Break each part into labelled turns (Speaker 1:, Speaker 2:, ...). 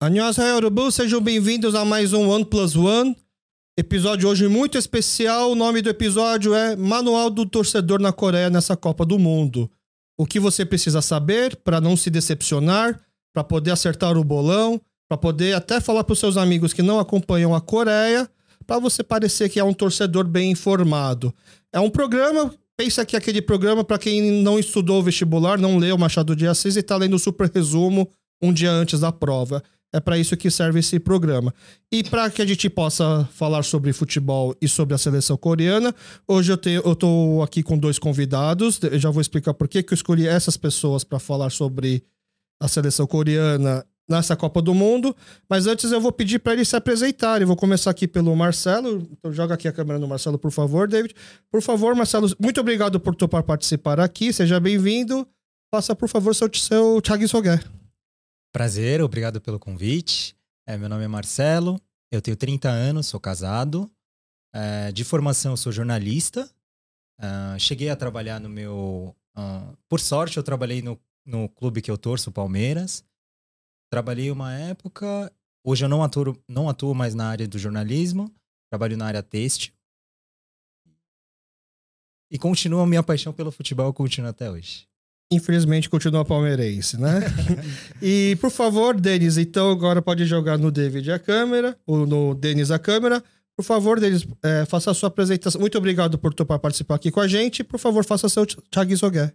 Speaker 1: Annyeonghaseyo, Urubu, sejam bem-vindos a mais um One Plus One. Episódio hoje muito especial. O nome do episódio é Manual do Torcedor na Coreia nessa Copa do Mundo. O que você precisa saber para não se decepcionar, para poder acertar o bolão, para poder até falar para os seus amigos que não acompanham a Coreia, para você parecer que é um torcedor bem informado. É um programa, pensa que é aquele programa para quem não estudou o vestibular, não leu Machado de Assis e está lendo o super resumo um dia antes da prova. É para isso que serve esse programa. E para que a gente possa falar sobre futebol e sobre a seleção coreana, hoje eu, tenho, eu tô aqui com dois convidados. Eu já vou explicar por que que eu escolhi essas pessoas para falar sobre a seleção coreana nessa Copa do Mundo. Mas antes eu vou pedir para eles se apresentarem. Eu vou começar aqui pelo Marcelo. Então joga aqui a câmera no Marcelo, por favor, David. Por favor, Marcelo, muito obrigado por topar participar aqui. Seja bem-vindo. Faça, por favor, seu, seu Thiago Soguer.
Speaker 2: Prazer, obrigado pelo convite. É, meu nome é Marcelo, eu tenho 30 anos, sou casado. É, de formação, eu sou jornalista. Ah, cheguei a trabalhar no meu. ah, por sorte, eu trabalhei no, no clube que eu torço, o Palmeiras. Trabalhei uma época. Hoje eu não atuo, não atuo mais na área do jornalismo, trabalho na área têxtil. E continua a minha paixão pelo futebol, continua até hoje.
Speaker 1: Infelizmente continua palmeirense, né? e por favor, Denis, então agora pode jogar no David a câmera, ou no Denis a câmera. Por favor, Denis, eh, faça a sua apresentação. Muito obrigado por topar participar aqui com a gente. Por favor, faça seu Thiago Soguer.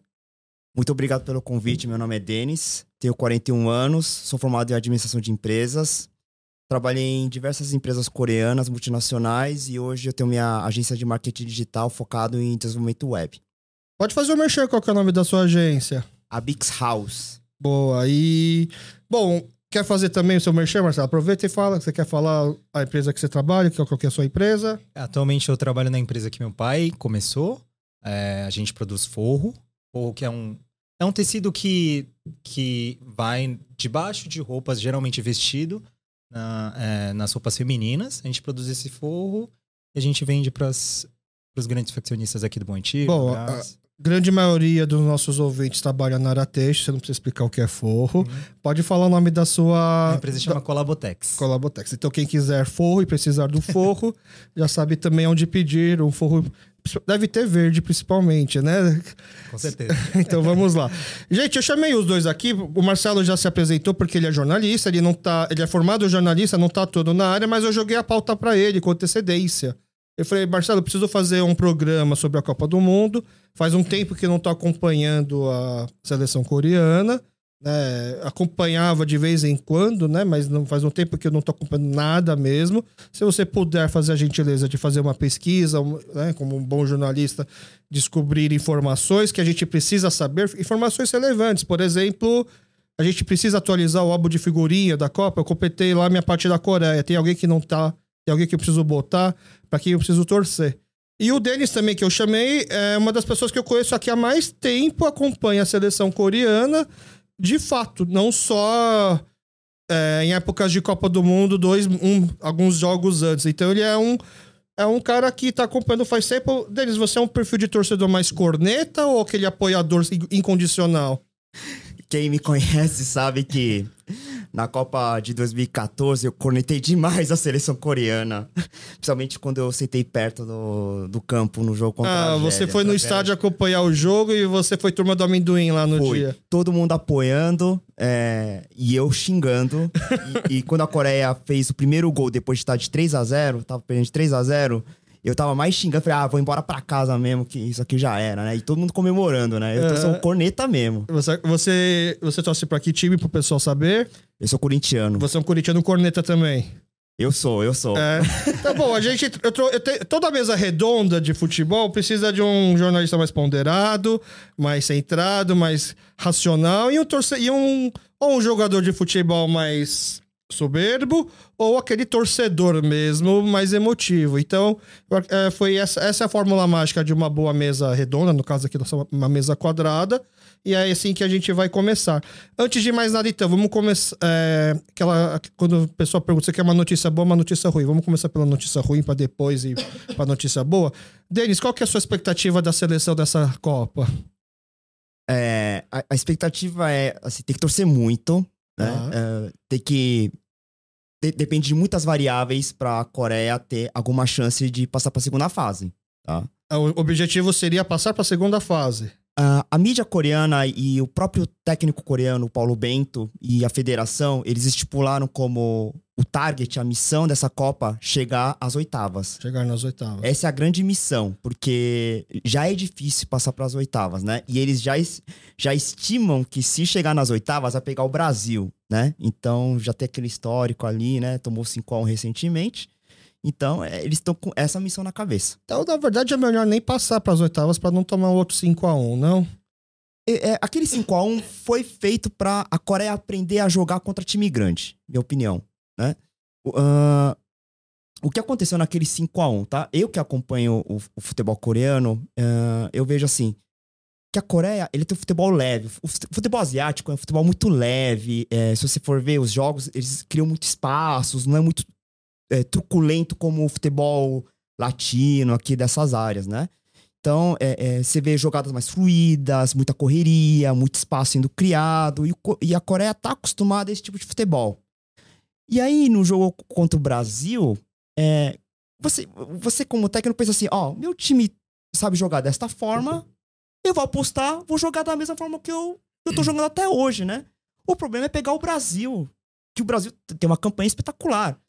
Speaker 3: Muito obrigado pelo convite. Meu nome é Denis, tenho 41 anos, sou formado em administração de empresas. Trabalhei em diversas empresas coreanas, multinacionais e hoje eu tenho minha agência de marketing digital focado em desenvolvimento web,
Speaker 1: Pode fazer o merchan, qual que é o nome da sua agência?
Speaker 3: a Bix House.
Speaker 1: Boa. E, bom, quer fazer também o seu merchan, Marcelo? Aproveita e fala. Você quer falar a empresa que você trabalha, qual que é a sua empresa?
Speaker 2: Atualmente eu trabalho na empresa que meu pai começou. É, a gente produz forro. Forro que é um, é um tecido que, que vai debaixo de roupas, geralmente vestido, na- é, nas roupas femininas. A gente produz esse forro e a gente vende para os grandes faccionistas aqui do Bom Antigo.
Speaker 1: Bom,
Speaker 2: Brás.
Speaker 1: grande maioria dos nossos ouvintes trabalha na área têxtil, você não precisa explicar o que é forro.
Speaker 2: Uhum.
Speaker 1: Pode falar o nome da
Speaker 2: a
Speaker 1: sua
Speaker 2: empresa chama Colabotex.
Speaker 1: Colabotex. Então, quem quiser forro e precisar do forro, já sabe também onde pedir um forro. Deve ter verde, principalmente, né?
Speaker 2: Com certeza.
Speaker 1: Então vamos lá. Gente, eu chamei os dois aqui. O Marcelo já se apresentou porque ele é jornalista, ele não tá, ele é formado jornalista, não tá todo na área, mas eu joguei a pauta para ele com antecedência. Eu falei, Marcelo, eu preciso fazer um programa sobre a Copa do Mundo. Faz um tempo que eu não tô acompanhando a seleção coreana, né? Acompanhava de vez em quando, né? Mas não faz um tempo que eu não tô acompanhando nada mesmo. Se você puder fazer a gentileza de fazer uma pesquisa, um- né? como um bom jornalista, descobrir informações que a gente precisa saber, informações relevantes. Por exemplo, a gente precisa atualizar o álbum de figurinha da Copa. Eu completei lá minha parte da Coreia. Tem alguém que não tá, tem alguém que eu preciso botar, pra quem eu preciso torcer. E o Denis também, que eu chamei, é uma das pessoas que eu conheço aqui há mais tempo, acompanha a seleção coreana, de fato, não só é, em épocas de Copa do Mundo, dois, um, alguns jogos antes. Então ele é um é um cara que tá acompanhando faz tempo. Denis, você é um perfil de torcedor mais corneta ou aquele apoiador in- incondicional?
Speaker 3: Quem me conhece sabe que na Copa de 2014 eu cornetei demais a seleção coreana, principalmente quando eu sentei perto do, do campo no jogo contra a
Speaker 1: ah,
Speaker 3: Argélia.
Speaker 1: você foi no
Speaker 3: Contra a
Speaker 1: estádio acompanhar o jogo e você foi turma do amendoim lá no
Speaker 3: Foi.
Speaker 1: dia.
Speaker 3: Todo mundo apoiando é, e eu xingando. e, e quando a Coreia fez o primeiro gol depois de estar de 3 a 0 tava perdendo de 3 a 0 eu tava mais xingando. Falei, ah, vou embora pra casa mesmo, que isso aqui já era, né? E todo mundo comemorando, né? Eu tô-
Speaker 1: É.
Speaker 3: sou corneta mesmo.
Speaker 1: Você, você, você torce pra que time, pro pessoal saber?
Speaker 3: Eu sou corintiano.
Speaker 1: Você é um corintiano corneta também.
Speaker 3: Eu sou, eu sou.
Speaker 1: É. Tá bom, a gente. eu tro- eu te- toda mesa redonda de futebol precisa de um jornalista mais ponderado, mais centrado, mais racional e um torce, e um ou um jogador de futebol mais soberbo ou aquele torcedor mesmo mais emotivo. Então eu ac- é, foi essa, essa é a fórmula mágica de uma boa mesa redonda, no caso aqui nossa, uma mesa quadrada. E é assim que a gente vai começar. Antes de mais nada, então, vamos começar. é, aquela, quando o pessoal pergunta se quer uma notícia boa ou uma notícia ruim. Vamos começar pela notícia ruim para depois ir para notícia boa. Denis, qual que é a sua expectativa da seleção dessa Copa?
Speaker 3: É, a, a expectativa é, assim, tem que torcer muito, né?
Speaker 1: Ah.
Speaker 3: É, tem que de- depende de muitas variáveis pra Coreia ter alguma chance de passar pra segunda fase.
Speaker 1: O objetivo seria passar para a segunda fase.
Speaker 3: Ah, a mídia coreana e o próprio técnico coreano, Paulo Bento, e a federação, eles estipularam como o target, a missão dessa Copa, chegar às oitavas.
Speaker 1: Chegar nas oitavas.
Speaker 3: Essa é a grande missão, porque já é difícil passar para as oitavas, né? E eles já, es- já estimam que se chegar nas oitavas vai pegar o Brasil, né? Então já tem aquele histórico ali, né? Tomou 5 a 1 recentemente. Então é, eles estão com essa missão na cabeça.
Speaker 1: Então, na verdade, é melhor nem passar para as oitavas para não tomar outro 5x1, não?
Speaker 3: E- é, aquele 5 a 1 foi feito para a Coreia aprender a jogar contra time grande, minha opinião, né? O- ah, o que aconteceu naquele 5 a 1 tá? Eu que acompanho o, o futebol coreano, ah, eu vejo assim, que a Coreia, ele tem um futebol leve. O fute- futebol asiático é um futebol muito leve. é, se você for ver os jogos, eles criam muito espaços, não é muito é, truculento como o futebol latino aqui dessas áreas, né? Então, é, é, você vê jogadas mais fluídas, muita correria, muito espaço sendo criado, e, o co- e a Coreia tá acostumada a esse tipo de futebol. E aí, no jogo contra o Brasil, é, você, você como técnico pensa assim, ó, meu time sabe jogar desta forma, eu vou apostar, vou jogar da mesma forma que eu, eu tô jogando até hoje, né? O problema é pegar o Brasil, que o Brasil t- tem uma campanha espetacular.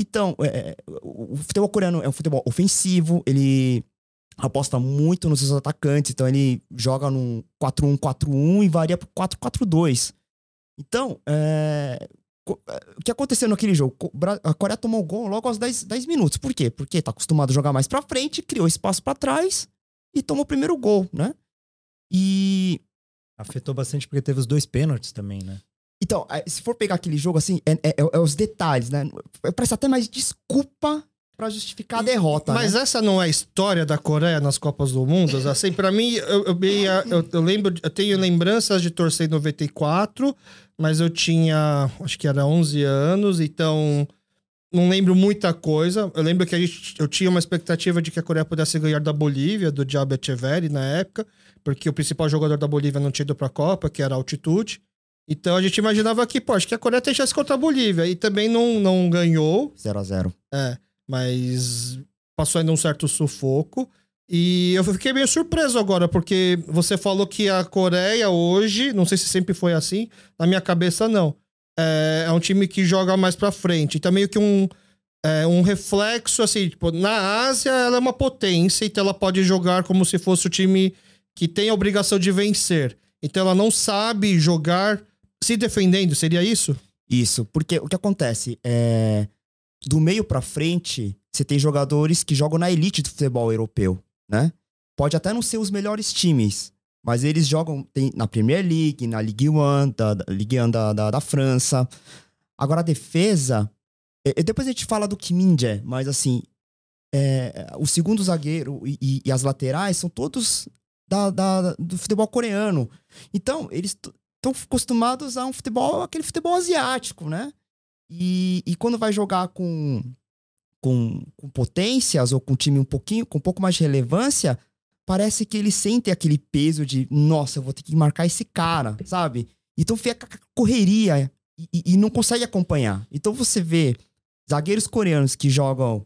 Speaker 3: Então, é, é, o o futebol coreano é um futebol ofensivo, ele aposta muito nos seus atacantes, então ele joga num 4-1-4-1 e varia pro 4-4-2. Então, é, co- é, o que aconteceu naquele jogo? Co- Bra- A Coreia tomou o gol logo aos 10, 10 minutos. Por quê? Porque tá acostumado a jogar mais pra frente, criou espaço pra trás e tomou o primeiro gol, né? E
Speaker 2: Afetou bastante porque teve os dois pênaltis também, né?
Speaker 3: então, eh, se for pegar aquele jogo assim, é, é- é- é os detalhes, né? Parece até mais desculpa pra justificar a derrota.
Speaker 1: Mas
Speaker 3: né?
Speaker 1: essa não é a história da Coreia nas Copas do Mundo? Assim, para mim, eu, eu, meia- eu- eu lembro, eu tenho lembranças de torcer em 94, mas eu tinha, acho que era 11 anos, então não lembro muita coisa. Eu lembro que a gente, eu tinha uma expectativa de que a Coreia pudesse ganhar da Bolívia, do Diabo Echeverri na época, porque o principal jogador da Bolívia não tinha ido pra Copa, que era a altitude. Então a gente imaginava que, pô, acho que a Coreia tem chance contra a Bolívia. E também não, não ganhou
Speaker 3: 0 a 0
Speaker 1: mas passou ainda um certo sufoco. E eu fiquei meio surpreso agora, porque você falou que a Coreia hoje, não sei se sempre foi assim, na minha cabeça não. É, é um time que joga mais pra frente. Então, meio que um, é, um reflexo, assim, tipo, na Ásia ela é uma potência, então ela pode jogar como se fosse o time que tem a obrigação de vencer. Então ela não sabe jogar se defendendo, seria isso?
Speaker 3: Isso, porque o que acontece é do meio pra frente, você tem jogadores que jogam na elite do futebol europeu, né? Pode até não ser os melhores times, mas eles jogam tem, na Premier League, na Ligue 1, da, da Ligue 1 da, da, da França. Agora a defesa, e- e depois a gente fala do Kim Min-jae, mas assim, é, o segundo zagueiro e, e- e as laterais são todos da- da- do futebol coreano. Então, eles t- estão acostumados a um futebol, aquele futebol asiático, né? E, e quando vai jogar com, com, com potências ou com um time um pouquinho, com um pouco mais de relevância, parece que eles sentem aquele peso de, nossa, eu vou ter que marcar esse cara, sabe? Então fica com a correria e, e- e não consegue acompanhar. Então você vê zagueiros coreanos que jogam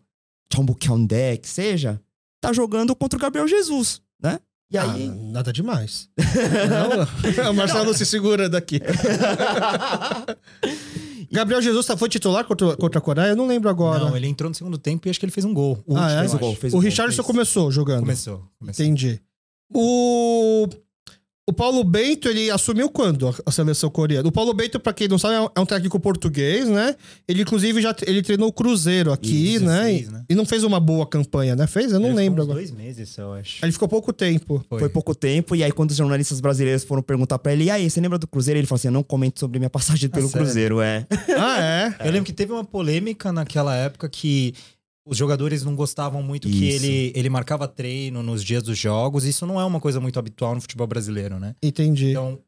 Speaker 3: Chombo Kyondé, que seja, tá jogando contra o Gabriel Jesus, né? E aí.
Speaker 1: Ah, nada demais. Não, o Marcelo se segura daqui. Gabriel Jesus tá- foi titular contra, contra a Coreia? Eu não lembro agora.
Speaker 2: Não, ele entrou no segundo tempo e acho que ele fez um gol. O
Speaker 1: Ah, é?
Speaker 2: último, eu
Speaker 1: Fez
Speaker 3: o gol,
Speaker 2: acho.
Speaker 3: fez
Speaker 1: o
Speaker 3: gol,
Speaker 1: Richard só
Speaker 3: fez.
Speaker 1: começou jogando.
Speaker 2: Começou. começou.
Speaker 1: Entendi. O, o Paulo Bento, ele assumiu quando a- a seleção coreana? O Paulo Bento, pra quem não sabe, é um- é um técnico português, né? Ele, inclusive, já tre- ele treinou o Cruzeiro aqui,
Speaker 2: Isso,
Speaker 1: né?
Speaker 2: fez,
Speaker 1: E-
Speaker 2: né?
Speaker 1: E não fez uma boa campanha, né? Fez? Eu não
Speaker 2: Ele ficou
Speaker 1: lembro
Speaker 2: uns
Speaker 1: agora.
Speaker 2: dois meses, eu acho.
Speaker 1: Ele ficou pouco tempo.
Speaker 3: Foi pouco tempo, e aí quando os jornalistas brasileiros foram perguntar pra ele, e aí, você lembra do Cruzeiro? Ele falou assim, eu não comento sobre minha passagem
Speaker 1: Tá
Speaker 3: pelo
Speaker 2: sério?
Speaker 3: Cruzeiro, é.
Speaker 1: Ah, é?
Speaker 2: Eu lembro que teve uma polêmica naquela época que os jogadores não gostavam muito que
Speaker 3: Isso.
Speaker 2: ele, ele marcava treino nos dias dos jogos. Isso não é uma coisa muito habitual no futebol brasileiro, né?
Speaker 1: Entendi.
Speaker 2: Então,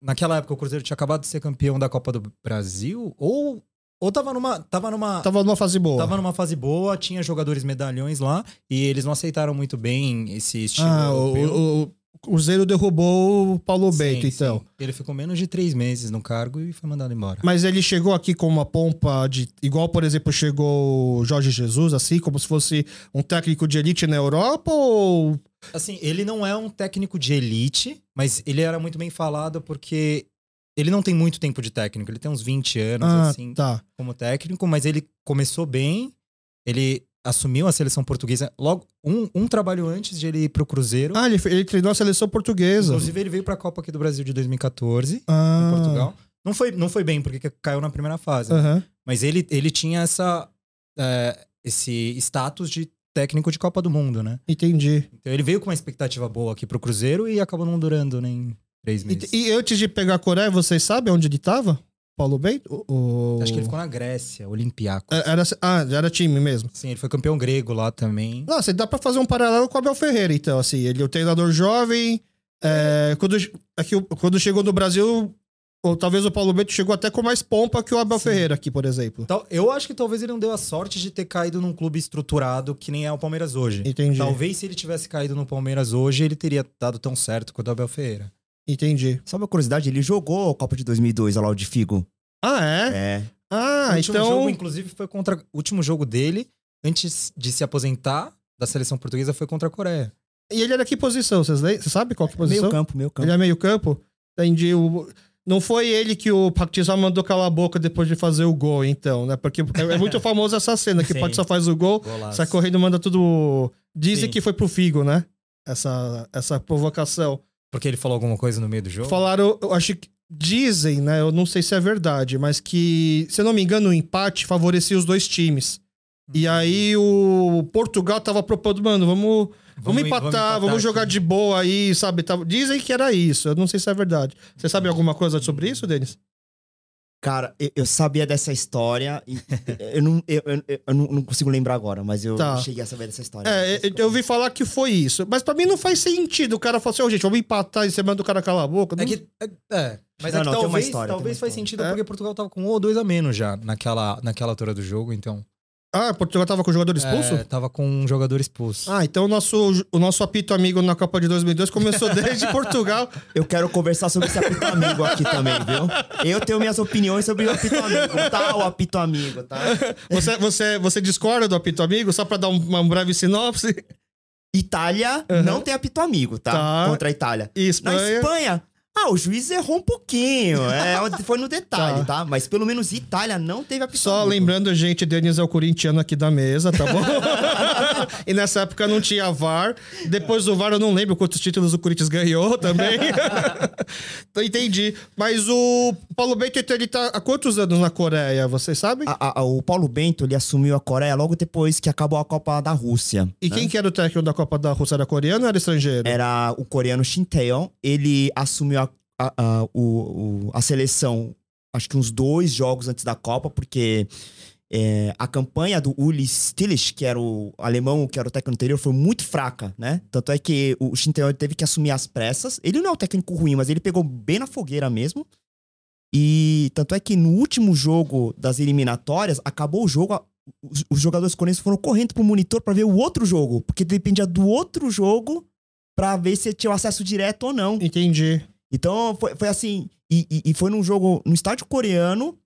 Speaker 2: naquela época o Cruzeiro tinha acabado de ser campeão da Copa do Brasil ou ou tava numa tava numa
Speaker 1: Tava numa fase Tá boa.
Speaker 2: Tava numa fase boa, tinha jogadores medalhões lá, e eles não aceitaram muito bem esse estilo
Speaker 1: Ah, o,
Speaker 2: europeu.
Speaker 1: o- o- o Cruzeiro derrubou o Paulo Bento,
Speaker 2: Sim,
Speaker 1: então.
Speaker 2: sim. Ele ficou menos de três meses no cargo e foi mandado embora.
Speaker 1: Mas ele chegou aqui com uma pompa de. Igual, por exemplo, chegou o Jorge Jesus, assim, como se fosse um técnico de elite na Europa ou.
Speaker 2: Assim, ele não é um técnico de elite, mas ele era muito bem falado porque ele não tem muito tempo de técnico. Ele tem uns 20 anos,
Speaker 1: Ah,
Speaker 2: assim,
Speaker 1: tá.
Speaker 2: como técnico, mas ele começou bem. Ele assumiu a seleção portuguesa logo um, um trabalho antes de ele ir pro Cruzeiro.
Speaker 1: Ah, ele, ele treinou a seleção portuguesa.
Speaker 2: Inclusive, ele veio pra Copa aqui do Brasil de 2014, em
Speaker 1: ah,
Speaker 2: Portugal. Não foi, não foi bem, porque caiu na primeira fase.
Speaker 1: aham.
Speaker 2: Mas ele, ele tinha essa, é, esse status de técnico de Copa do Mundo, né?
Speaker 1: entendi.
Speaker 2: Então ele veio com uma expectativa boa aqui pro Cruzeiro e acabou não durando nem três
Speaker 1: E,
Speaker 2: meses.
Speaker 1: e antes de pegar a Coreia, vocês sabem onde ele tava? Paulo Bento? O- o-
Speaker 2: Acho que ele ficou na Grécia, Olympiacos.
Speaker 1: Era, ah, já era time mesmo.
Speaker 2: Sim, ele foi campeão grego lá também.
Speaker 1: Nossa, dá pra fazer um paralelo com o Abel Ferreira, então, assim. Ele é um treinador jovem. é, quando, é que o- quando chegou no Brasil, ou talvez o Paulo Bento chegou até com mais pompa que o Abel
Speaker 2: Sim.
Speaker 1: Ferreira aqui, por exemplo.
Speaker 2: Tal- Eu acho que talvez ele não deu a sorte de ter caído num clube estruturado que nem é o Palmeiras hoje.
Speaker 1: Entendi.
Speaker 2: Talvez se ele tivesse caído no Palmeiras hoje, ele teria dado tão certo quanto o Abel Ferreira.
Speaker 1: Entendi.
Speaker 3: Só uma curiosidade, ele jogou a Copa de 2002, a lá o de Figo.
Speaker 1: Ah, é?
Speaker 3: É.
Speaker 1: Ah,
Speaker 2: o último
Speaker 1: então.
Speaker 2: um jogo, inclusive, foi contra. O último jogo dele, antes de se aposentar da seleção portuguesa, foi contra a Coreia.
Speaker 1: E ele era que posição? Vocês le- Você sabe qual que posição?
Speaker 3: Meio campo, meio campo.
Speaker 1: Ele é meio campo? Entendi. O- Não foi ele que o Pactizal mandou calar a boca depois de fazer o gol, então, né? Porque é é muito famoso essa cena, que o
Speaker 2: Sim.
Speaker 1: Pactizal faz o gol,
Speaker 2: Golaço.
Speaker 1: sai correndo manda tudo... Dizem
Speaker 2: Sim.
Speaker 1: que foi pro Figo, né? Essa, essa provocação.
Speaker 2: Porque ele falou alguma coisa no meio do jogo?
Speaker 1: Falaram, eu acho que... Dizem, né? Eu não sei se é verdade, mas que, se eu não me engano, o empate favorecia os dois times. E aí o Portugal tava propondo, mano, Uhum. vamos... Vamos, empatar, vamos jogar
Speaker 2: aqui.
Speaker 1: de boa aí, sabe? Tá- Dizem que era isso, eu não sei se é verdade. Você sabe alguma coisa sobre isso, Denis?
Speaker 3: Cara, eu, eu sabia dessa história e eu, não, eu, eu- eu não, não consigo lembrar agora, mas eu
Speaker 1: Tá.
Speaker 3: cheguei a saber dessa história.
Speaker 1: É, eu, eu ouvi falar que foi isso. Mas pra mim não faz sentido. O cara falou assim, ô gente, vamos empatar e você manda o cara calar a boca.
Speaker 2: É que, é, é, mas
Speaker 3: Não,
Speaker 2: é que
Speaker 3: não, tem uma
Speaker 2: talvez,
Speaker 3: história, tem
Speaker 2: talvez
Speaker 3: uma
Speaker 2: faz
Speaker 3: história.
Speaker 2: sentido,
Speaker 1: É.
Speaker 2: porque Portugal tava com um ou dois a menos já naquela, naquela altura do jogo, então.
Speaker 1: Ah, Portugal tava com o jogador expulso?
Speaker 2: É, tava com um jogador expulso.
Speaker 1: Ah, então o nosso, o nosso apito amigo na Copa de 2002 começou desde Portugal.
Speaker 3: Eu quero conversar sobre esse apito amigo aqui também, viu? Eu tenho minhas opiniões sobre o apito amigo, tá? O apito amigo, tá?
Speaker 1: Você, você, você discorda do apito amigo? Só pra dar um- uma breve sinopse?
Speaker 3: Itália não tem apito amigo, tá?
Speaker 1: Tá.
Speaker 3: Contra a Itália.
Speaker 1: E
Speaker 3: Na
Speaker 1: Espanha?
Speaker 3: Espanha, ah, o juiz errou um pouquinho. É, foi no detalhe, tá? Mas pelo menos Itália não teve apito
Speaker 1: Só
Speaker 3: amigo.
Speaker 1: lembrando, gente, Denis é o corintiano aqui da mesa, tá bom? e nessa época não tinha VAR. Depois do VAR eu não lembro quantos títulos o Corinthians ganhou também. Então, Entendi. Mas o Paulo Bento, então, ele tá há quantos anos na Coreia, vocês sabem?
Speaker 3: A- a- o Paulo Bento, ele assumiu a Coreia logo depois que acabou a Copa da Rússia.
Speaker 1: e quem que era o técnico da Copa da Rússia? Era coreano ou era estrangeiro?
Speaker 3: era o coreano Shin Tae-yong. Ele assumiu a, a, a, o- o- a seleção, acho que uns dois jogos antes da Copa, porque é, a campanha do Uli Stillich, que era o alemão, que era o técnico anterior, foi muito fraca, né? Tanto é que o Shin Tae-yong teve que assumir as pressas. Ele não é um técnico ruim, mas ele pegou bem na fogueira mesmo. E tanto é que no último jogo das eliminatórias, acabou o jogo, a- os, os jogadores coreanos foram correndo pro monitor pra ver o outro jogo, porque dependia do outro jogo pra ver se tinha o acesso direto ou não.
Speaker 1: Entendi.
Speaker 3: Então foi, foi assim, e, e- e foi num jogo no estádio coreano,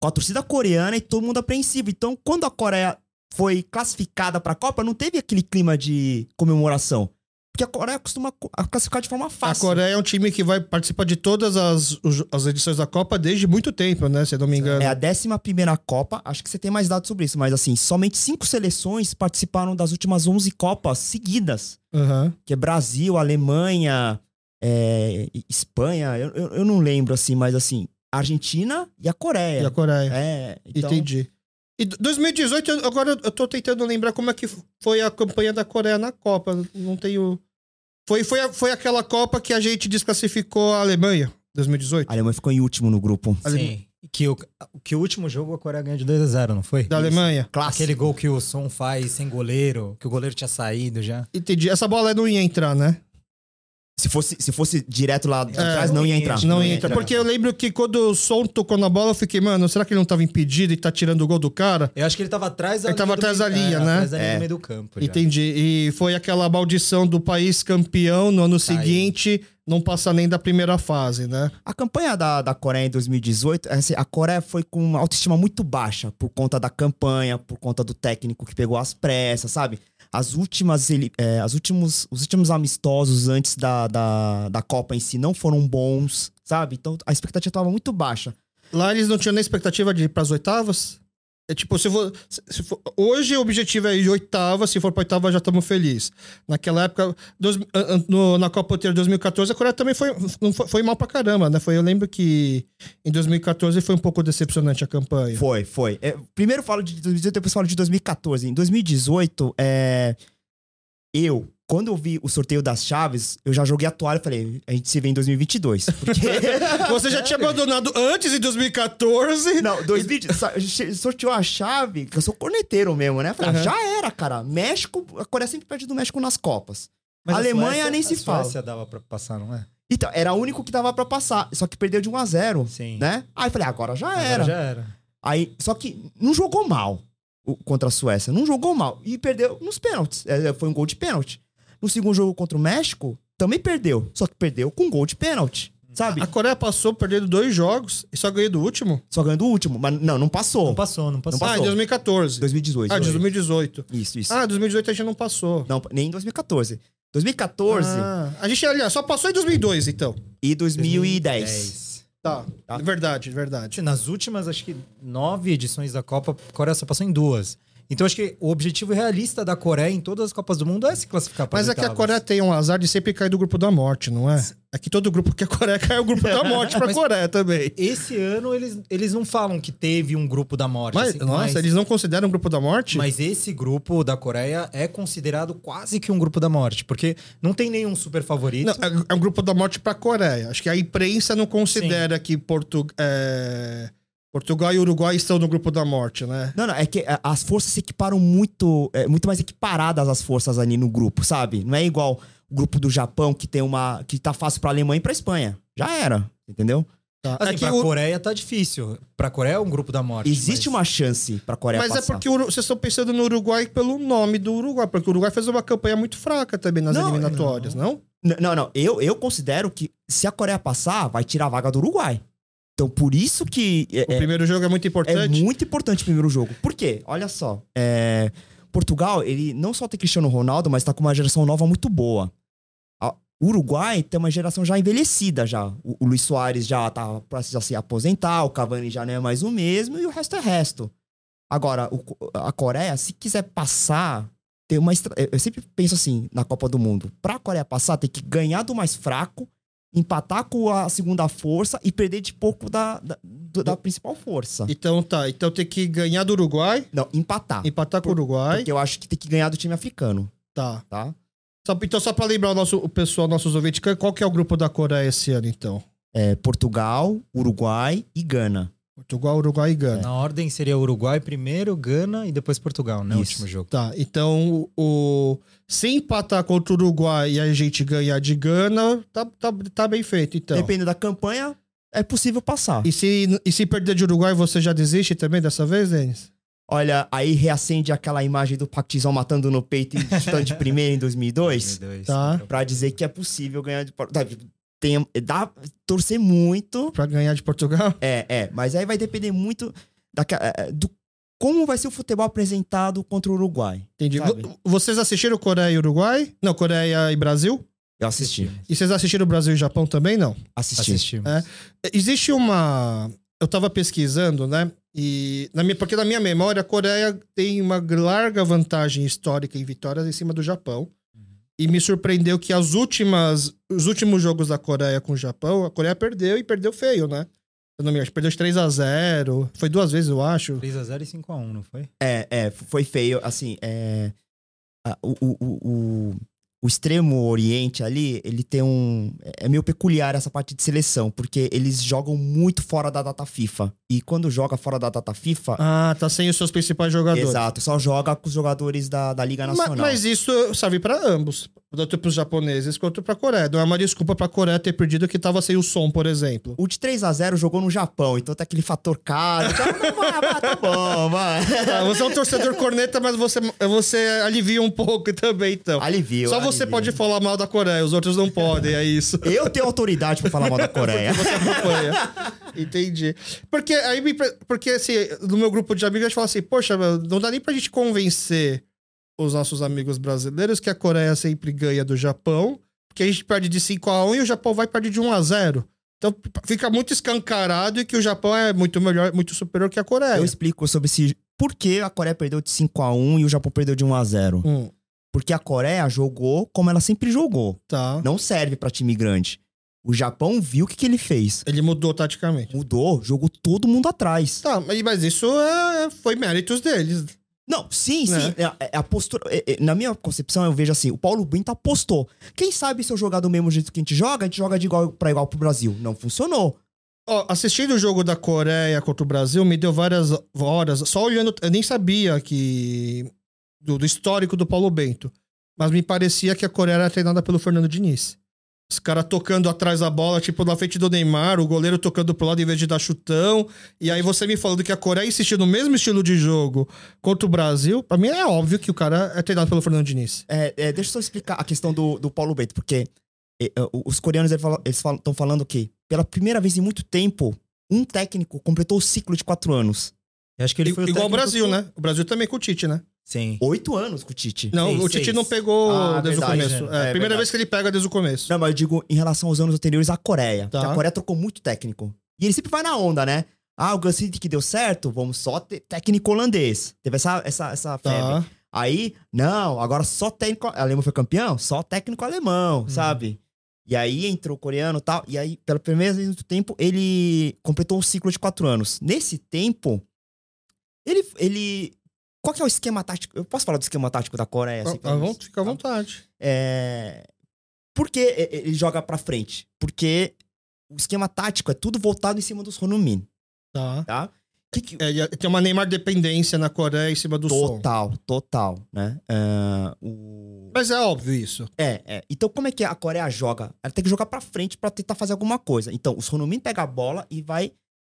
Speaker 3: com a torcida coreana e todo mundo apreensivo. Então quando a Coreia foi classificada pra Copa, não teve aquele clima de comemoração. Porque a Coreia costuma co- a classificar de forma
Speaker 1: A
Speaker 3: fácil.
Speaker 1: Coreia é um time que vai participar de todas as, os- as edições da Copa desde muito tempo, né? Se eu não me engano.
Speaker 3: É a 11 primeira Copa, acho que você tem mais dados sobre isso, mas assim, somente cinco seleções participaram das últimas 11 Copas seguidas.
Speaker 1: Aham.
Speaker 3: que é Brasil, Alemanha, é, e- Espanha, eu, eu, eu não lembro assim, mas assim, Argentina e a Coreia.
Speaker 1: E a Coreia.
Speaker 3: É, então,
Speaker 1: Entendi. E do- 2018, eu- agora eu tô tentando lembrar como é que foi a campanha da Coreia na Copa. Não tenho. Foi, foi, a- foi aquela Copa que a gente desclassificou a Alemanha, 2018.
Speaker 3: A Alemanha ficou em último no grupo.
Speaker 1: Ah,
Speaker 2: Sim. Que o, que o último jogo a Coreia ganhou de 2 a 0 não foi?
Speaker 1: Da Alemanha.
Speaker 3: Clássico.
Speaker 2: Aquele gol que o Son faz sem goleiro, que o goleiro tinha saído já.
Speaker 1: é Entendi. Essa bola não ia entrar, né?
Speaker 3: Se fosse, se fosse direto lá de trás, É, Ah, não ia entrar.
Speaker 1: Não entra. Porque eu lembro que quando o Son tocou na bola, eu fiquei, mano, será que ele não tava impedido e tá tirando o gol do cara?
Speaker 2: Eu acho que ele tava atrás da
Speaker 1: Ele tava
Speaker 2: do
Speaker 1: atrás
Speaker 2: meio-
Speaker 1: da linha,
Speaker 2: é,
Speaker 1: né?
Speaker 2: Atrás da linha
Speaker 3: É.
Speaker 2: no meio do campo. já.
Speaker 1: Entendi. E foi aquela maldição do país campeão no ano seguinte não passar nem da primeira fase, né?
Speaker 3: A campanha da, da Coreia em 2018, é assim, a Coreia foi com uma autoestima muito baixa por conta da campanha, por conta do técnico que pegou as pressas, sabe? As últimas, ele- é, as últimos, os últimos amistosos antes da, da, da Copa em si não foram bons, sabe? Então a expectativa estava muito baixa.
Speaker 1: Lá eles não tinham nem expectativa de ir pras oitavas? É tipo, se for, se for- hoje o objetivo é ir de oitava, se for pra oitava já estamos felizes. Naquela época, dois- an- an- no- na Copa Inteira de 2014, a Coreia também foi, não foi, foi mal pra caramba, né? Foi, eu lembro que em 2014 foi um pouco decepcionante a campanha.
Speaker 3: Foi, foi. É, primeiro falo de 2018, depois falo de 2014. Em 2018, é, eu, quando eu vi o sorteio das chaves, eu já joguei a toalha e falei, a gente se vê em 2022. Porque...
Speaker 1: Você já tinha abandonado antes em 2014?
Speaker 3: Não, 2000, sa- che- sorteou a chave, que eu sou corneteiro mesmo, né? Falei, ah,
Speaker 1: Uhum.
Speaker 3: já era, cara. México, a Coreia sempre perde do México nas Copas.
Speaker 2: Mas
Speaker 3: Alemanha
Speaker 2: Suécia-
Speaker 3: nem se
Speaker 2: a
Speaker 3: fala.
Speaker 2: Suécia dava pra passar, não é?
Speaker 3: Então, era o único que dava pra passar, só que perdeu de 1 a 0
Speaker 2: Sim.
Speaker 3: né? Aí eu falei, agora já
Speaker 2: Agora
Speaker 3: era.
Speaker 2: Já é. era.
Speaker 3: Aí, só que não jogou mal o- contra a Suécia, não jogou mal e perdeu nos pênaltis. É, foi um gol de pênalti. No segundo jogo contra o México, também perdeu, só que perdeu com um gol de pênalti,
Speaker 2: Hum.
Speaker 3: sabe?
Speaker 1: A Coreia passou perdendo dois jogos e só ganhou do último?
Speaker 3: Só ganhou do último, mas não, não passou.
Speaker 2: Não passou, não passou.
Speaker 1: Ah, em 2014.
Speaker 3: 2018.
Speaker 1: Ah, de 2018.
Speaker 3: Isso, isso.
Speaker 1: Ah, 2018 a gente não passou.
Speaker 3: Não, nem em 2014. 2014
Speaker 1: Ah, a gente, aliás, só passou em 2002, então.
Speaker 3: e 2010.
Speaker 1: Tá,
Speaker 3: Tá.
Speaker 1: verdade, verdade.
Speaker 2: Nas últimas, acho que nove edições da Copa, a Coreia só passou em duas. Então, acho que o objetivo realista da Coreia em todas as Copas do Mundo é se classificar para
Speaker 1: Mas é que a Coreia tem um azar de sempre cair do grupo da morte, não é? É que todo grupo que a Coreia cai é o grupo da morte pra
Speaker 2: Mas-
Speaker 1: Coreia também.
Speaker 2: Esse ano, eles, eles não falam que teve um grupo da morte.
Speaker 1: Mas,
Speaker 2: assim,
Speaker 1: nossa,
Speaker 2: mas-
Speaker 1: eles não consideram o grupo da morte?
Speaker 2: Mas esse grupo da Coreia é considerado quase que um grupo da morte, porque não tem nenhum super favorito.
Speaker 1: Não, é, é um grupo da morte pra Coreia. Acho que a imprensa não considera que Portu- é, Portugal e Uruguai estão no grupo da morte, né?
Speaker 3: Não, não, é que é, as forças se equiparam muito, é, muito mais equiparadas as forças ali no grupo, sabe? Não é igual o grupo do Japão que tem uma que tá fácil pra Alemanha e pra Espanha. Já era, entendeu?
Speaker 1: Tá.
Speaker 2: Assim,
Speaker 1: É que
Speaker 2: pra
Speaker 1: o-
Speaker 2: Coreia tá difícil. Pra Coreia é um grupo da morte.
Speaker 3: Existe
Speaker 2: mas-
Speaker 3: uma chance pra Coreia
Speaker 1: Mas é
Speaker 3: passar.
Speaker 1: porque o Uru- vocês estão pensando no Uruguai pelo nome do Uruguai, porque o Uruguai fez uma campanha muito fraca também nas
Speaker 3: Não,
Speaker 1: eliminatórias, não?
Speaker 3: N- Não, não, eu, eu considero que se a Coreia passar, vai tirar a vaga do Uruguai. Então por isso que é,
Speaker 1: O primeiro jogo é muito
Speaker 3: É
Speaker 1: importante.
Speaker 3: muito importante o primeiro jogo. Por quê? Olha só. é, Portugal, ele não só tem Cristiano Ronaldo, mas tá com uma geração nova muito boa. A- O Uruguai tem uma geração já envelhecida já. O, o Luiz Soares já tá pra se- já se aposentar, o Cavani já não é mais o mesmo e o resto é resto. Agora, o Co- a Coreia, se quiser passar, tem uma estra- eu- Eu sempre penso assim na Copa do Mundo. Pra Coreia passar, tem que ganhar do mais fraco, empatar com a segunda força e perder de pouco da- da, do- da principal força.
Speaker 1: Então tá, então tem que ganhar do Uruguai,
Speaker 3: Não, empatar.
Speaker 1: empatar com o Uruguai,
Speaker 3: Ah, Porque eu acho que tem que ganhar do time africano,
Speaker 1: tá.
Speaker 3: tá?
Speaker 1: Só- então só pra lembrar o nosso o pessoal, nossos ouvintes, qual que é o grupo da Coreia esse ano então?
Speaker 3: É Portugal, Uruguai e Gana.
Speaker 1: Portugal, Uruguai e Gana.
Speaker 2: Na ordem seria Uruguai primeiro, Gana e depois Portugal, né? O
Speaker 3: Isso.
Speaker 2: último jogo.
Speaker 1: Tá, então o se empatar contra o Uruguai e a gente ganhar de Gana, tá, tá, tá bem feito então.
Speaker 3: Dependendo da campanha, é possível passar.
Speaker 1: E se, e se perder de Uruguai, você já desiste também dessa vez, Denis?
Speaker 3: Olha, aí reacende aquela imagem do Pactizão matando no peito e chutando de primeira em 2002.
Speaker 2: 2002.
Speaker 1: Tá.
Speaker 3: Pra dizer que é possível ganhar de... Por- tá, Tem, dá, torcer muito,
Speaker 1: Pra ganhar de Portugal?
Speaker 3: É, é, mas aí vai depender muito daque- é, é, do como vai ser o futebol apresentado contra o Uruguai.
Speaker 1: Entendi.
Speaker 3: Sabe?
Speaker 1: Vo- Vocês assistiram Coreia e Uruguai? Não, Coreia e Brasil?
Speaker 3: Eu assisti.
Speaker 1: E vocês assistiram Brasil e Japão também? Não.
Speaker 3: Assisti.
Speaker 2: Assistimos.
Speaker 1: É. Existe uma. Eu tava pesquisando, né? E na minha, porque na minha memória, a Coreia tem uma larga vantagem histórica em vitórias em cima do Japão. E me surpreendeu que as últimas, os últimos jogos da Coreia com o Japão, a Coreia perdeu e perdeu feio, né? Eu não me acho, perdeu de 3 a 0 Foi duas vezes, eu acho.
Speaker 2: 3x0 e 5x1, não foi?
Speaker 3: É, é, f- foi feio. Assim, é. a- o, o, o, o- o extremo oriente ali, ele tem um. É meio peculiar essa parte de seleção, porque eles jogam muito fora da data FIFA. E quando joga fora da data FIFA.
Speaker 1: Ah, tá sem os seus principais jogadores.
Speaker 3: Exato, só joga com os jogadores da, da Liga
Speaker 1: Ma-
Speaker 3: É Nacional.
Speaker 1: Mas, isso serve pra ambos. Tanto pros japoneses quanto pra Coreia. Não é uma desculpa pra Coreia ter perdido que tava sem o som, por exemplo.
Speaker 3: O de 3 a 0 jogou no Japão, então tá aquele fator caro. Então, não, vai, vai, tá bom, vai.
Speaker 1: Ah, você é um torcedor corneta, mas você, você alivia um pouco também, então.
Speaker 3: Alivio.
Speaker 1: Só você
Speaker 3: alivio.
Speaker 1: pode falar mal da Coreia, os outros não podem, é isso.
Speaker 3: Eu tenho autoridade pra falar mal da Coreia.
Speaker 1: Você acompanha. É. Entendi. Porque aí me pre- porque assim, no meu grupo de amigos a gente fala assim, poxa, meu, não dá nem pra gente convencer os nossos amigos brasileiros que a Coreia sempre ganha do Japão, porque a gente perde de 5 a 1 e o Japão vai perder de 1 a 0. Então fica muito escancarado e que o Japão é muito melhor, muito superior que a Coreia.
Speaker 3: Eu explico sobre esse. Por que a Coreia perdeu de 5 a 1 e o Japão perdeu de 1 a 0
Speaker 1: Hum,
Speaker 3: Porque a Coreia jogou como ela sempre jogou.
Speaker 1: tá.
Speaker 3: Não serve pra time grande. O Japão viu o que, que ele fez.
Speaker 1: Ele mudou taticamente.
Speaker 3: Mudou, jogou todo mundo atrás.
Speaker 1: Tá, mas mas isso é- foi méritos deles.
Speaker 3: Não, sim, sim. É, é a postura, é, é, na minha concepção, eu vejo assim: o Paulo Bento apostou. Quem sabe se eu jogar do mesmo jeito que a gente joga, a gente joga de igual pra igual pro Brasil. Não funcionou.
Speaker 1: Ó, assistindo o jogo da Coreia contra o Brasil, me deu várias horas, só olhando, eu nem sabia que. do, do histórico do Paulo Bento. Mas me parecia que a Coreia era treinada pelo Fernando Diniz. Os caras tocando atrás da bola, tipo, na frente do Neymar, o goleiro tocando pro lado em vez de dar chutão. E aí você me falando que a Coreia insistiu no mesmo estilo de jogo contra o Brasil. Pra mim é óbvio que o cara é treinado pelo Fernando Diniz.
Speaker 3: É, é, deixa eu só explicar a questão do, do Paulo Bento, porque é, é, o- os coreanos eles falam- eles estão falando que, pela primeira vez em muito tempo, um técnico completou o ciclo de quatro anos.
Speaker 2: Eu acho que ele
Speaker 1: I-
Speaker 2: foi
Speaker 1: Igual o
Speaker 2: técnico
Speaker 1: Brasil,
Speaker 2: que-
Speaker 1: né? O Brasil também com o Tite, né?
Speaker 2: Sim.
Speaker 3: Oito anos com o Tite.
Speaker 1: Não,
Speaker 2: Seis,
Speaker 1: o Tite
Speaker 2: seis.
Speaker 1: não pegou
Speaker 3: Ah,
Speaker 1: desde o
Speaker 3: verdade,
Speaker 1: começo.
Speaker 3: né?
Speaker 1: É,
Speaker 3: É,
Speaker 1: primeira
Speaker 3: verdade.
Speaker 1: vez que ele pega desde o começo.
Speaker 3: Não, mas eu digo em relação aos anos anteriores à Coreia.
Speaker 1: Tá.
Speaker 3: Porque a Coreia trocou muito técnico. E ele sempre vai na onda, né? Ah, o Gansini que deu certo, vamos só ter técnico holandês. Teve essa, essa, essa febre.
Speaker 1: Tá.
Speaker 3: Aí, não, agora só técnico. A Alemanha foi campeão? Só técnico
Speaker 1: Uhum.
Speaker 3: alemão, sabe? E aí entrou o coreano e tal. E aí, pela primeira vez no tempo, ele completou um ciclo de quatro anos. Nesse tempo, ele. ele... Qual que é o esquema tático? Eu posso falar do esquema tático da Coreia? assim,
Speaker 1: Ah,
Speaker 3: pelo
Speaker 1: ah,
Speaker 3: menos?
Speaker 1: vamos- Fica à
Speaker 3: Tá.
Speaker 1: vontade.
Speaker 3: É... Por que e- ele joga pra frente? Porque o esquema tático é tudo voltado em cima dos Honumin,
Speaker 1: Tá.
Speaker 3: tá? Que que-
Speaker 1: É, e tem uma Neymar dependência na Coreia em cima do som.
Speaker 3: Total, total, né? Ah, o...
Speaker 1: Mas é óbvio isso.
Speaker 3: É, é. Então, como é que a Coreia joga? Ela tem que jogar pra frente pra tentar fazer alguma coisa. Então, o Sonomin pega a bola e vai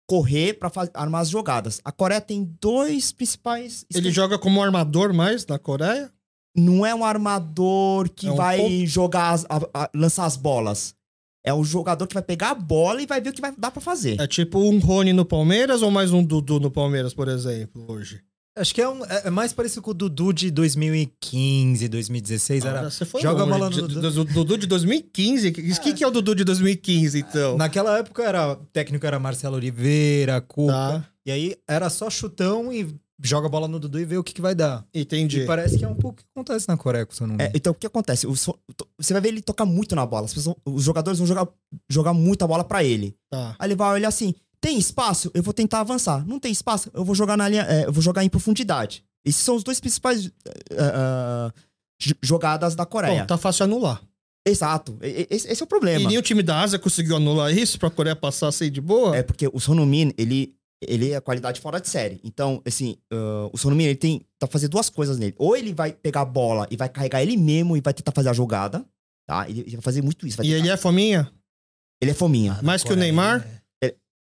Speaker 3: correr pra faz- armar as jogadas. A Coreia tem dois principais.
Speaker 1: Ele joga como armador mais na Coreia?
Speaker 3: Não é um armador que
Speaker 1: É um
Speaker 3: vai
Speaker 1: ponto.
Speaker 3: jogar, as- a- a- lançar as bolas. É um jogador que vai pegar a bola e vai ver o que vai dar pra fazer.
Speaker 1: É tipo um Rony no Palmeiras ou mais um Dudu no Palmeiras, por exemplo, hoje?
Speaker 2: Acho que é, um, é é mais parecido com o Dudu de 2015, 2016.
Speaker 1: Ah,
Speaker 2: Era...
Speaker 1: você foi
Speaker 2: joga a
Speaker 1: longe.
Speaker 2: bola no
Speaker 1: De-
Speaker 2: Dudu.
Speaker 1: do- do- Dudu de 2015? Diz quem que é o Dudu de 2015, então?
Speaker 2: Naquela época era o técnico era Marcelo Oliveira, Cuca.
Speaker 1: Tá,
Speaker 2: E aí era só chutão e joga a bola no Dudu e vê o que, que vai dar.
Speaker 1: entendi.
Speaker 2: E parece que é um pouco o que acontece na Coreia com o Sonumi.
Speaker 3: É, então, o que acontece? O Son- to- Você vai ver ele tocar muito na bola. As pessoas- os jogadores vão jogar, jogar muita bola pra ele.
Speaker 1: Tá.
Speaker 3: Aí ele vai olhar assim: tem espaço? Eu vou tentar avançar. Não tem espaço? Eu vou jogar na linha, é, eu vou jogar em profundidade. Esses são os dois principais eh, ah, ah, jo- jogadas da Coreia.
Speaker 1: Bom, tá fácil anular.
Speaker 3: Exato. E- e- Esse, esse é o
Speaker 1: E
Speaker 3: problema.
Speaker 1: nem o time da Ásia conseguiu anular isso pra Coreia passar assim de boa?
Speaker 3: É porque o Sonomin, ele ele é a qualidade fora de série. Então, assim, ah, o Sonomin, ele tem tá fazendo duas coisas nele. Ou ele vai pegar a bola e vai carregar ele mesmo e vai tentar fazer a jogada, tá? Ele, ele vai fazer muito isso. vai
Speaker 1: e
Speaker 3: tentar-
Speaker 1: ele é fominha?
Speaker 3: ele é fominha.
Speaker 1: mais que o Neymar?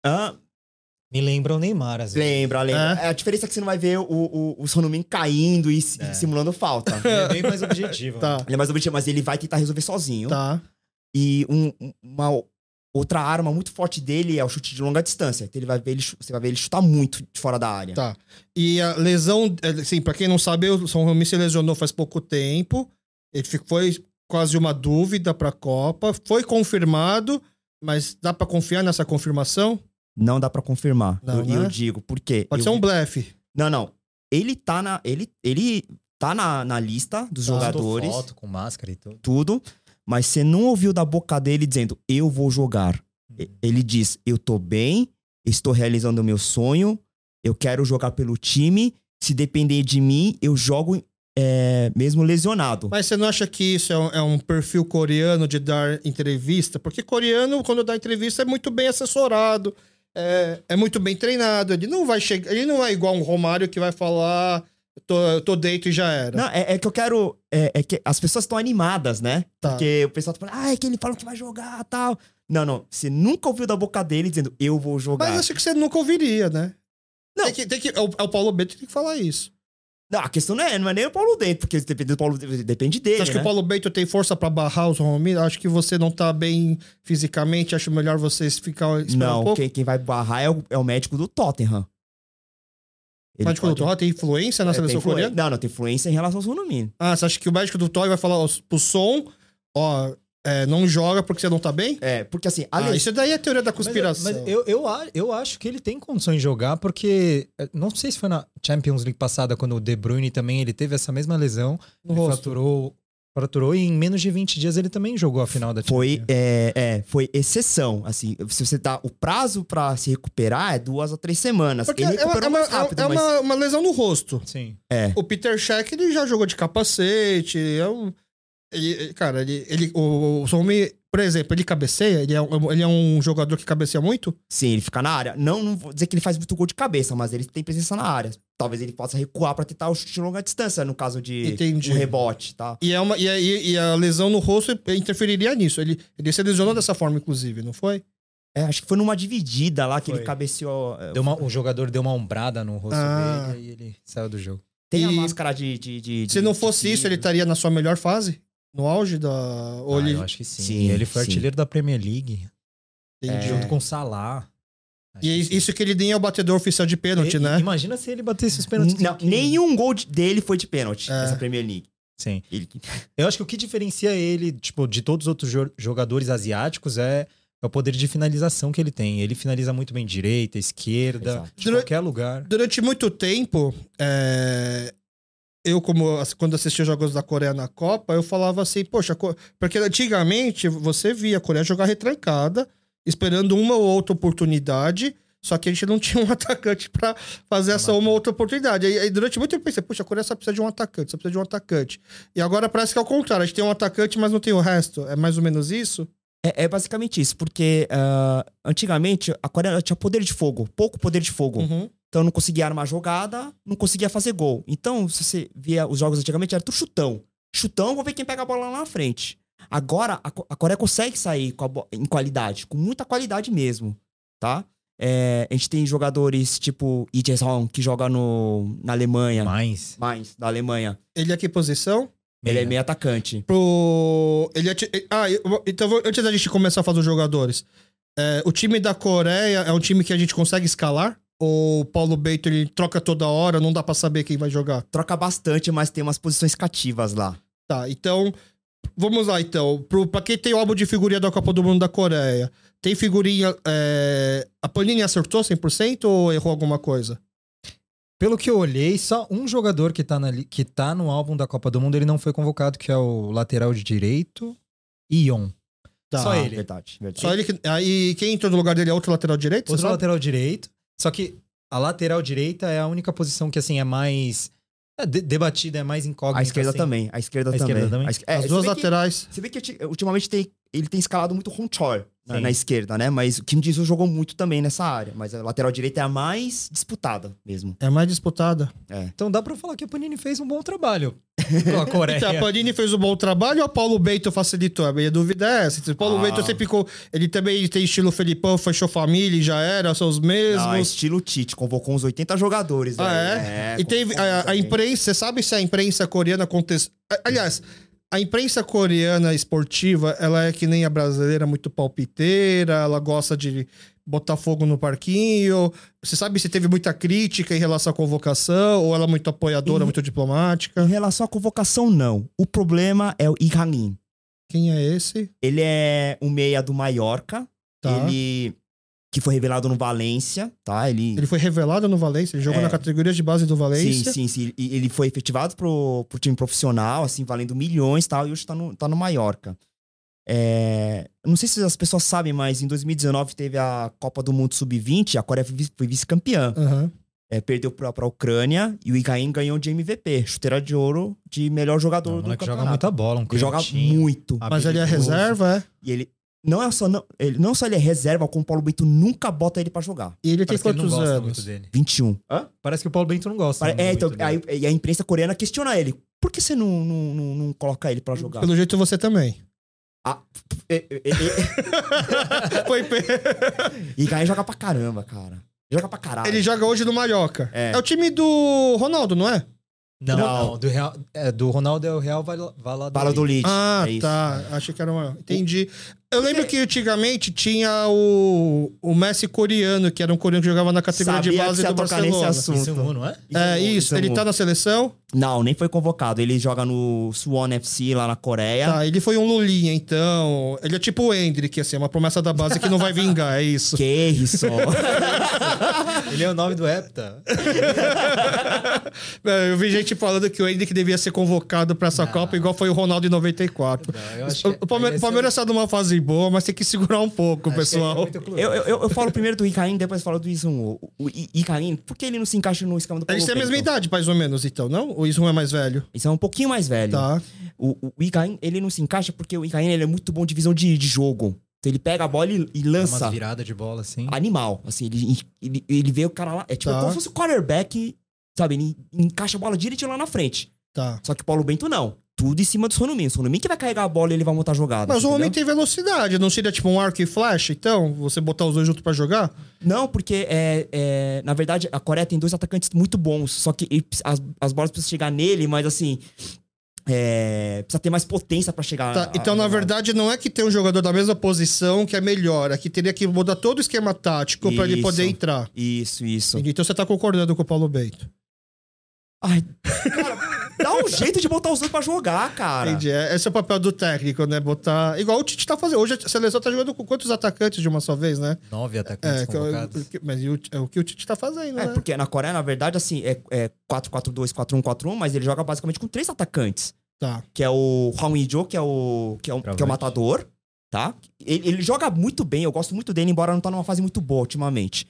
Speaker 3: Ah,
Speaker 2: é. Me lembra o Neymar, às vezes.
Speaker 3: lembra, lembra. É. A diferença é que você não vai ver o, o, o Sonomin caindo e se-
Speaker 2: É.
Speaker 3: simulando falta.
Speaker 2: Ele é bem mais objetivo.
Speaker 1: Tá,
Speaker 3: Ele é mais objetivo, mas ele vai tentar resolver sozinho.
Speaker 1: tá.
Speaker 3: E um- um- uma o- outra arma muito forte dele é o chute de longa distância. Então ele vai ver ele, chu- você vai ver ele chutar muito de fora da área.
Speaker 1: Tá. E a lesão, é, assim, pra quem não sabe, o São Rami se lesionou faz pouco tempo. Ele fi- foi quase uma dúvida pra Copa. Foi confirmado, mas dá pra confiar nessa confirmação?
Speaker 3: Não dá pra confirmar.
Speaker 1: Não,
Speaker 3: eu,
Speaker 1: né?
Speaker 3: eu digo, por quê?
Speaker 1: Pode
Speaker 3: Eu
Speaker 1: ser um
Speaker 3: vi-
Speaker 1: blefe.
Speaker 3: Não, não. Ele tá na ele ele tá na, na lista dos
Speaker 1: Tá.
Speaker 3: jogadores,
Speaker 2: Foto com máscara e tudo.
Speaker 3: tudo, mas você não ouviu da boca dele dizendo: "Eu vou jogar".
Speaker 1: Uhum.
Speaker 3: E- Ele diz: "Eu tô bem, estou realizando o meu sonho, eu quero jogar pelo time, se depender de mim, eu jogo é, mesmo lesionado.
Speaker 1: Mas você não acha que isso é um, é um perfil coreano de dar entrevista? Porque coreano, quando dá entrevista, é muito bem assessorado, é, é muito bem treinado. Ele não vai chegar. Ele não é igual um Romário que vai falar. "Eu Tô, eu tô deito e já era.
Speaker 3: Não, é, é que eu quero. É, é que as pessoas estão animadas, né?
Speaker 1: Tá.
Speaker 3: Porque o pessoal tá falando, ah, é que ele falou que vai jogar tal. Não, não. Você nunca ouviu da boca dele dizendo, eu vou jogar.
Speaker 1: Mas acho que você nunca ouviria, né?
Speaker 3: Não.
Speaker 1: Tem que, tem que, é, o, é o Paulo Bento que tem que falar isso.
Speaker 3: Não, a questão não é, não é nem o Paulo Dentro, porque depende do Paulo Dentro, depende dele.
Speaker 1: Você acha que
Speaker 3: né?
Speaker 1: o Paulo Bento tem força pra barrar os Romero? Acho que você não tá bem fisicamente, acho melhor vocês ficar esperando um
Speaker 3: Não,
Speaker 1: pouco.
Speaker 3: quem, quem vai barrar é o, é o médico do Tottenham. Ele
Speaker 1: Mas tipo,
Speaker 3: pode-
Speaker 1: o Toró tem influência na
Speaker 3: é, tem
Speaker 1: seleção
Speaker 3: influen-
Speaker 1: coreana?
Speaker 3: Não, não, tem influência em relação ao Sunomino.
Speaker 1: Ah, você acha que o médico do Toy vai falar ó, pro som, ó, é, não joga porque você não tá bem?
Speaker 3: É, porque assim, a
Speaker 1: Ah,
Speaker 3: les-
Speaker 1: isso daí é teoria da conspiração.
Speaker 2: Mas, mas eu, eu, a- eu acho que ele tem condições de jogar, porque eh, não sei se foi na Champions League passada, quando o De Bruyne também ele teve essa mesma lesão,
Speaker 1: No
Speaker 2: ele
Speaker 1: rosto.
Speaker 2: fraturou, fraturou e em menos de 20 dias ele também jogou a final da Champions.
Speaker 3: foi, é, é, foi exceção. Assim, se você dá o prazo pra se recuperar é duas a três semanas.
Speaker 1: Porque
Speaker 3: ele
Speaker 1: é, uma,
Speaker 3: recuperou
Speaker 1: é uma-
Speaker 3: mais rápido,
Speaker 1: é uma-
Speaker 3: mas
Speaker 1: uma lesão no rosto.
Speaker 2: Sim.
Speaker 1: O Peter Check, ele já jogou de capacete, é um... Ele, cara, ele, ele, o, o Soumi, por exemplo, ele cabeceia, ele é, um- ele é um jogador que cabeceia muito?
Speaker 3: sim, ele fica na área. Não, não vou dizer que ele faz muito gol de cabeça, mas ele tem presença na área. Talvez ele possa recuar pra tentar o chute de longa distância, no caso de
Speaker 1: Entendi.
Speaker 3: um rebote, tá?
Speaker 1: E, é uma, e, a, e e a lesão no rosto interferiria nisso. Ele, ele se lesionou dessa forma, inclusive, não foi?
Speaker 3: É, acho que foi numa dividida lá que
Speaker 2: Foi.
Speaker 3: ele cabeceou. é,
Speaker 2: Deu uma- o jogador deu uma ombrada no rosto
Speaker 1: Ah.
Speaker 2: dele e ele saiu do jogo.
Speaker 3: Tem a
Speaker 1: E-
Speaker 3: máscara de. de, de-
Speaker 1: Se
Speaker 3: de-
Speaker 1: não
Speaker 3: de
Speaker 1: fosse isso,
Speaker 3: vidro.
Speaker 1: ele estaria na sua melhor fase? No auge da. Ou
Speaker 2: Ah,
Speaker 1: ele-
Speaker 2: eu acho que sim.
Speaker 3: Sim,
Speaker 2: ele foi
Speaker 3: sim.
Speaker 2: artilheiro da Premier League,
Speaker 1: Entendi.
Speaker 2: junto com o Salah. Acho
Speaker 1: É. E
Speaker 2: que é, sim.
Speaker 1: isso que ele nem é o batedor oficial de pênalti,
Speaker 2: E-
Speaker 1: né?
Speaker 2: Imagina se ele batesse os pênaltis.
Speaker 3: Não,
Speaker 2: que-
Speaker 3: nenhum gol de- dele foi de pênalti
Speaker 1: É.
Speaker 3: nessa Premier League.
Speaker 2: Sim.
Speaker 3: Ele-
Speaker 2: Eu acho que o que diferencia ele, tipo, de todos os outros jo- jogadores asiáticos é é o poder de finalização que ele tem. Ele finaliza muito bem direita, esquerda,
Speaker 3: Exato.
Speaker 2: de
Speaker 1: Durante-
Speaker 2: qualquer lugar.
Speaker 1: Durante muito tempo, é, eu, como quando assistia os jogos da Coreia na Copa, eu falava assim, poxa, co- porque antigamente você via a Coreia jogar retrancada, esperando uma ou outra oportunidade. Só que a gente não tinha um atacante pra fazer essa uma ou outra oportunidade. Aí, aí durante muito tempo eu pensei, poxa, a Coreia só precisa de um atacante, só precisa de um atacante. E agora parece que é o contrário, a gente tem um atacante, mas não tem o resto. É mais ou menos isso?
Speaker 3: É, é basicamente isso, porque ah, antigamente a Coreia tinha poder de fogo, pouco poder de fogo.
Speaker 1: Uhum.
Speaker 3: Então não conseguia armar jogada, não conseguia fazer gol. Então, se você via os jogos antigamente, era tudo chutão. Chutão, vou ver quem pega a bola lá na frente. Agora, a, Co- a Coreia consegue sair com a bo- em qualidade, com muita qualidade mesmo, tá? É, a gente tem jogadores tipo Lee Jae-sung, que joga no, na Alemanha,
Speaker 2: Mas.
Speaker 3: mais da Alemanha.
Speaker 1: Ele é que posição?
Speaker 3: Ele é meio atacante.
Speaker 1: pro. Ele ati- Ah, eu- então vou- antes da gente começar a falar dos jogadores. é, o time da Coreia é um time que a gente consegue escalar? Ou o Paulo Beito ele troca toda hora, não dá pra saber quem vai jogar?
Speaker 3: Troca bastante, mas tem umas posições cativas lá.
Speaker 1: Tá, então. Vamos lá então. Pro, pra quem tem o álbum de figurinha da Copa do Mundo da Coreia, tem figurinha. é, a Panini acertou 100% ou errou alguma coisa?
Speaker 2: Pelo que eu olhei, só um jogador que tá, na li- que tá no álbum da Copa do Mundo, ele não foi convocado, que é o lateral de direito, Ion.
Speaker 1: Tá.
Speaker 2: Só ele.
Speaker 3: Verdade, verdade.
Speaker 1: Só ele que. Aí quem entrou no lugar dele é outro lateral direito?
Speaker 2: Outro
Speaker 1: você sabe?
Speaker 2: lateral direito. Só que a lateral direita é a única posição que, assim, é mais é de- debatida, é mais
Speaker 1: então,
Speaker 2: incógnita.
Speaker 3: A esquerda
Speaker 2: assim.
Speaker 3: também, a esquerda
Speaker 2: A
Speaker 3: também.
Speaker 2: esquerda também?
Speaker 3: A esquer- é,
Speaker 1: As
Speaker 3: você
Speaker 1: duas
Speaker 3: vê que-
Speaker 1: laterais.
Speaker 3: Você vê que ulti- ultimamente tem, ele tem escalado muito Hong Chor na,
Speaker 2: Sim.
Speaker 3: na esquerda, né? Mas o Kim Jisoo jogou muito também nessa área. Mas a lateral direita é a mais disputada mesmo.
Speaker 1: É mais disputada.
Speaker 2: Então dá pra falar que a Panini fez um bom trabalho com a
Speaker 3: É.
Speaker 2: Coreia.
Speaker 1: Então, a Panini fez um bom trabalho ou a Paulo Bento facilitou? A minha dúvida é essa. Se O Paulo
Speaker 3: Ah.
Speaker 1: Bento sempre ficou. Ele também tem estilo Felipão, fechou família e já era, são os mesmos.
Speaker 3: Não, é estilo Tite, convocou uns 80 jogadores.
Speaker 1: Ah,
Speaker 3: aí.
Speaker 1: é? e teve
Speaker 3: convocou
Speaker 1: a, a
Speaker 3: também.
Speaker 1: imprensa, você sabe se a imprensa coreana aconteceu. Aliás, a imprensa coreana esportiva, ela é que nem a brasileira, muito palpiteira, ela gosta de botar fogo no parquinho. Você sabe se teve muita crítica em relação à convocação, ou ela é muito apoiadora,
Speaker 3: Em-
Speaker 1: muito diplomática?
Speaker 3: Em relação à convocação, não. O problema é o Ihan Lin.
Speaker 1: Quem é esse?
Speaker 3: Ele é o meia do Mallorca.
Speaker 1: Tá.
Speaker 3: Ele... Que foi revelado no Valência, tá?
Speaker 1: Ele foi revelado no Valência, ele jogou
Speaker 3: É.
Speaker 1: na categoria de base do Valência.
Speaker 3: Sim, sim, sim. E ele foi efetivado pro, pro time profissional, assim, valendo milhões e tal, e hoje tá no, tá no Mallorca. É, eu não sei se as pessoas sabem, mas em 2019 teve a Copa do Mundo Sub-20, a Coreia foi vice- foi vice-campeã.
Speaker 1: Aham.
Speaker 3: é, perdeu pra, pra Ucrânia e o Higuaín ganhou de MVP, chuteira de ouro de melhor
Speaker 2: O
Speaker 3: jogador do
Speaker 2: moleque
Speaker 3: campeonato.
Speaker 2: joga muita bola, um
Speaker 3: Ele joga
Speaker 2: canhotinho,
Speaker 3: muito.
Speaker 1: Mas ele é
Speaker 2: habilidoso.
Speaker 1: reserva, é.
Speaker 3: E ele não é só não, ele não só ele é reserva, como o Paulo Bento nunca bota ele pra jogar.
Speaker 1: E ele
Speaker 2: Parece que
Speaker 1: tem
Speaker 2: ele não
Speaker 1: quantos
Speaker 2: gosta
Speaker 1: anos?
Speaker 2: muito dele.
Speaker 3: 21.
Speaker 2: Parece que o Paulo Bento não gosta.
Speaker 3: Pare- é,
Speaker 2: muito
Speaker 3: então,
Speaker 2: dele.
Speaker 3: aí- e a imprensa coreana questiona ele. Por que você não, não, não, não coloca ele pra jogar?
Speaker 1: Pelo jeito você também.
Speaker 3: E, e, e,
Speaker 1: Foi pe-
Speaker 3: e Higuaín joga pra caramba, cara. Joga pra caralho.
Speaker 1: ele joga hoje no Mallorca.
Speaker 3: Ah. É.
Speaker 1: É. o time do Ronaldo, não é?
Speaker 2: Não,
Speaker 3: Não.
Speaker 2: não, do, Real, é, do Ronaldo é o Real Val- Valladolid.
Speaker 3: Bala do Leeds.
Speaker 1: Ah,
Speaker 3: é isso.
Speaker 1: tá. Achei que era uma. Entendi. Eu lembro que antigamente tinha o, o Messi coreano, que era um coreano que jogava na categoria
Speaker 3: Sabia
Speaker 1: de
Speaker 3: que
Speaker 1: base
Speaker 3: você
Speaker 1: do
Speaker 3: ia tocar nesse
Speaker 1: Barcelona.
Speaker 3: assunto. então,
Speaker 2: Isso é um, não é?
Speaker 1: É isso, ele
Speaker 3: Samu.
Speaker 1: tá na seleção.
Speaker 3: Não, nem foi convocado. Ele joga no Suwon FC lá na Coreia.
Speaker 1: Tá, ele foi um Lulinha, então. Ele é tipo o Hendrick, assim, é uma promessa da base que não vai vingar, é isso.
Speaker 3: Que isso.
Speaker 2: Ele é o nome do Hepta.
Speaker 1: É, Eu vi gente falando que o Hendrick devia ser convocado pra essa Copa, igual foi o Ronaldo em 94.
Speaker 2: Não, eu acho que-
Speaker 1: O o Palme-
Speaker 2: aí
Speaker 1: o
Speaker 2: esse
Speaker 1: Palmeiras está numa fase boa, mas tem que segurar um pouco,
Speaker 2: é- acho que ele é
Speaker 1: pessoal.
Speaker 2: muito clube.
Speaker 3: eu, eu, eu- eu falo primeiro do Icaim, depois falo do Izum. O, o I- Icaim, por que ele não se encaixa no esquema do Paulo
Speaker 1: Eles têm a mesma
Speaker 3: Bento?
Speaker 1: idade, mais ou menos, então, não? O Isum é mais velho.
Speaker 3: Isso é um pouquinho mais velho.
Speaker 1: Tá.
Speaker 3: O, o o Icaim, ele não se encaixa porque o Icaim, ele é muito bom de visão de, de jogo. Então ele pega a bola e, e
Speaker 2: Dá umas
Speaker 3: lança.
Speaker 2: viradas de bola, assim.
Speaker 3: Animal. Assim, ele, ele, ele vê o cara lá. É tipo
Speaker 1: Tá.
Speaker 3: como se fosse o quarterback, sabe? Ele encaixa a bola direitinho lá na frente.
Speaker 1: Tá.
Speaker 3: Só que o Paulo Bento não. Tudo em cima do Sonomin. O Sonomin que vai carregar a bola e ele vai montar a jogada.
Speaker 1: Mas o
Speaker 3: entendeu?
Speaker 1: homem tem velocidade, não seria tipo um arco e flecha, então? Você botar os dois juntos pra jogar?
Speaker 3: Não, porque é, é, na verdade a Coreia tem dois atacantes muito bons, só que ele precisa- as, as bolas precisam chegar nele, mas assim. é, precisa ter mais potência pra
Speaker 2: Ah,
Speaker 3: chegar.
Speaker 1: Tá,
Speaker 3: a-
Speaker 1: então,
Speaker 3: a-
Speaker 1: na verdade, não é que tem um jogador da mesma posição que é melhor, é que teria que mudar todo o esquema tático pra ele
Speaker 3: Isso.
Speaker 1: poder entrar.
Speaker 3: Isso, isso.
Speaker 1: Entendi. Então você tá concordando com o Paulo Bento.
Speaker 3: Ai, cara, dá um jeito de botar os dois pra jogar, cara.
Speaker 1: Entendi. É- Esse é o papel do técnico, né? Botar. Igual o Tite tá fazendo. Hoje a seleção tá jogando com quantos atacantes de uma só vez, né?
Speaker 2: Nove atacantes
Speaker 1: É, que-
Speaker 2: convocados.
Speaker 1: que- mas e o- é o que o Tite tá fazendo,
Speaker 3: É,
Speaker 1: né?
Speaker 3: porque na Coreia, na verdade, assim, é, é 4-4-2, 4-1-4-1, mas ele joga basicamente com três atacantes.
Speaker 1: Tá.
Speaker 3: Que é o Hwang Ijo, que é o, que é o, que é o
Speaker 2: Travante.
Speaker 3: matador, tá? Ele, ele joga muito bem, eu gosto muito dele, embora não tá numa fase muito boa ultimamente.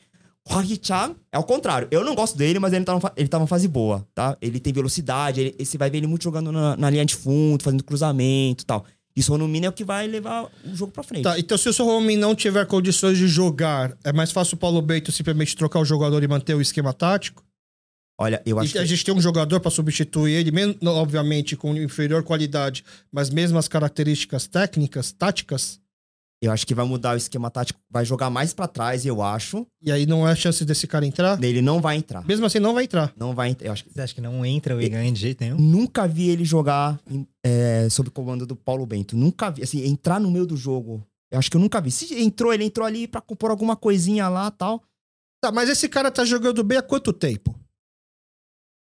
Speaker 3: O Hwang Chan é o contrário. Eu não gosto dele, mas ele tá, numa, fa- ele tá numa fase boa, tá? Ele tem velocidade, ele, você vai ver ele muito jogando na, na linha de fundo, fazendo cruzamento e tal. Isso no mínimo é o que vai levar o jogo pra frente.
Speaker 1: Tá, então se o seu homem não tiver condições de jogar, é mais fácil o Paulo Bento simplesmente trocar o jogador e manter o esquema tático?
Speaker 3: Olha, eu acho
Speaker 1: E a
Speaker 3: que...
Speaker 1: gente tem um jogador pra substituir ele, men- não, obviamente com inferior qualidade, mas mesmas características técnicas, táticas,
Speaker 3: Eu acho que vai mudar o esquema tático, vai jogar mais pra trás, eu acho.
Speaker 1: e aí não é chance desse cara entrar?
Speaker 3: Ele não vai entrar.
Speaker 1: Mesmo assim, não vai entrar.
Speaker 3: Não vai entrar. Eu acho que
Speaker 2: Você acha que não entra o Igan de jeito nenhum?
Speaker 3: nunca vi ele jogar em- é, sob comando do Paulo Bento. Nunca vi. Assim, entrar no meio do jogo. Eu acho que eu nunca vi. Se entrou, ele entrou ali pra compor alguma coisinha lá tal.
Speaker 1: Tá, mas esse cara tá jogando bem há quanto tempo?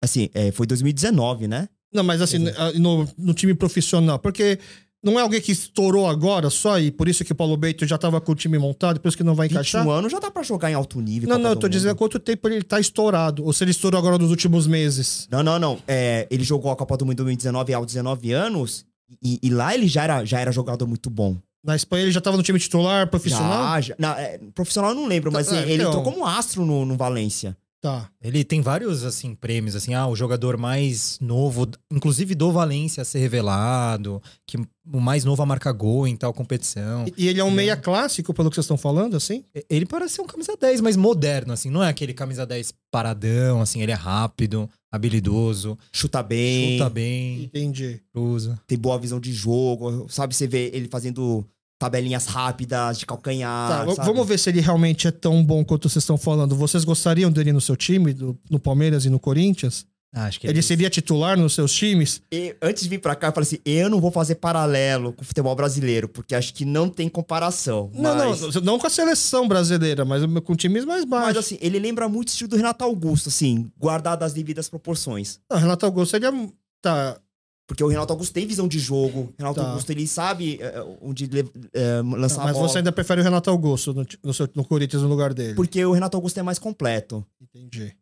Speaker 3: Assim, é, foi 2019, né?
Speaker 1: Não, mas assim, ah, no, no time profissional, porque não é alguém que estourou agora só e por isso que o Paulo Bento já tava com o time montado, por isso que não vai encaixar?
Speaker 3: 21 anos tá já dá pra jogar em alto nível.
Speaker 1: Não,
Speaker 3: Copa
Speaker 1: não, eu
Speaker 3: do
Speaker 1: tô
Speaker 3: Mundo.
Speaker 1: dizendo há quanto tempo ele tá estourado, ou se ele estourou agora nos últimos meses.
Speaker 3: Não, não, não. É, ele jogou a Copa do Mundo em 2019 aos 19 anos. E, e lá ele já era, já era jogador muito bom.
Speaker 1: Na Espanha ele já tava no time titular, profissional?
Speaker 3: Já, já. Não, é, profissional eu não lembro, mas
Speaker 1: Tá, é,
Speaker 3: ele
Speaker 1: então.
Speaker 3: entrou como astro no, no Valência.
Speaker 1: Tá.
Speaker 2: Ele tem vários, assim, prêmios, assim, ah, o jogador mais novo, inclusive do Valência a ser revelado, que o mais novo a marcar gol em tal competição.
Speaker 1: E- E ele é um
Speaker 3: Uhum.
Speaker 1: meia clássico, pelo que vocês estão falando, assim?
Speaker 2: E- Ele parece ser um camisa 10, mas moderno, assim, não é aquele camisa 10 paradão, assim, ele é rápido, habilidoso,
Speaker 3: Chuta bem.
Speaker 2: chuta bem,
Speaker 1: Entendi.
Speaker 2: cruza.
Speaker 3: tem boa visão de jogo, sabe? Você vê ele fazendo tabelinhas rápidas de calcanhar.
Speaker 1: tá, v-
Speaker 3: Ah, sabe?
Speaker 1: vamos ver se ele realmente é tão bom quanto vocês estão falando. Vocês gostariam dele no seu time, do- no Palmeiras e no Corinthians?
Speaker 2: Ah, acho que
Speaker 1: Ele seria titular nos seus times?
Speaker 3: E antes de vir pra cá, eu falei assim: eu não vou fazer paralelo com o futebol brasileiro, porque acho que não tem comparação.
Speaker 1: Não, não,
Speaker 3: mas-
Speaker 1: não, não com a seleção brasileira, mas com times mais
Speaker 3: Mas
Speaker 1: baixos.
Speaker 3: assim, ele lembra muito o estilo do Renato Augusto, assim, guardado as devidas proporções.
Speaker 1: Ah, Renato Augusto, ele é... Tá,
Speaker 3: Porque o Renato Augusto tem visão de jogo. O Renato
Speaker 1: Tá.
Speaker 3: Augusto, ele sabe é, onde le- é, lançar
Speaker 1: mas
Speaker 3: a bola.
Speaker 1: você ainda prefere o Renato Augusto no, ti- no seu- no Corinthians no lugar dele.
Speaker 3: Porque o Renato Augusto é mais completo.
Speaker 1: Entendi.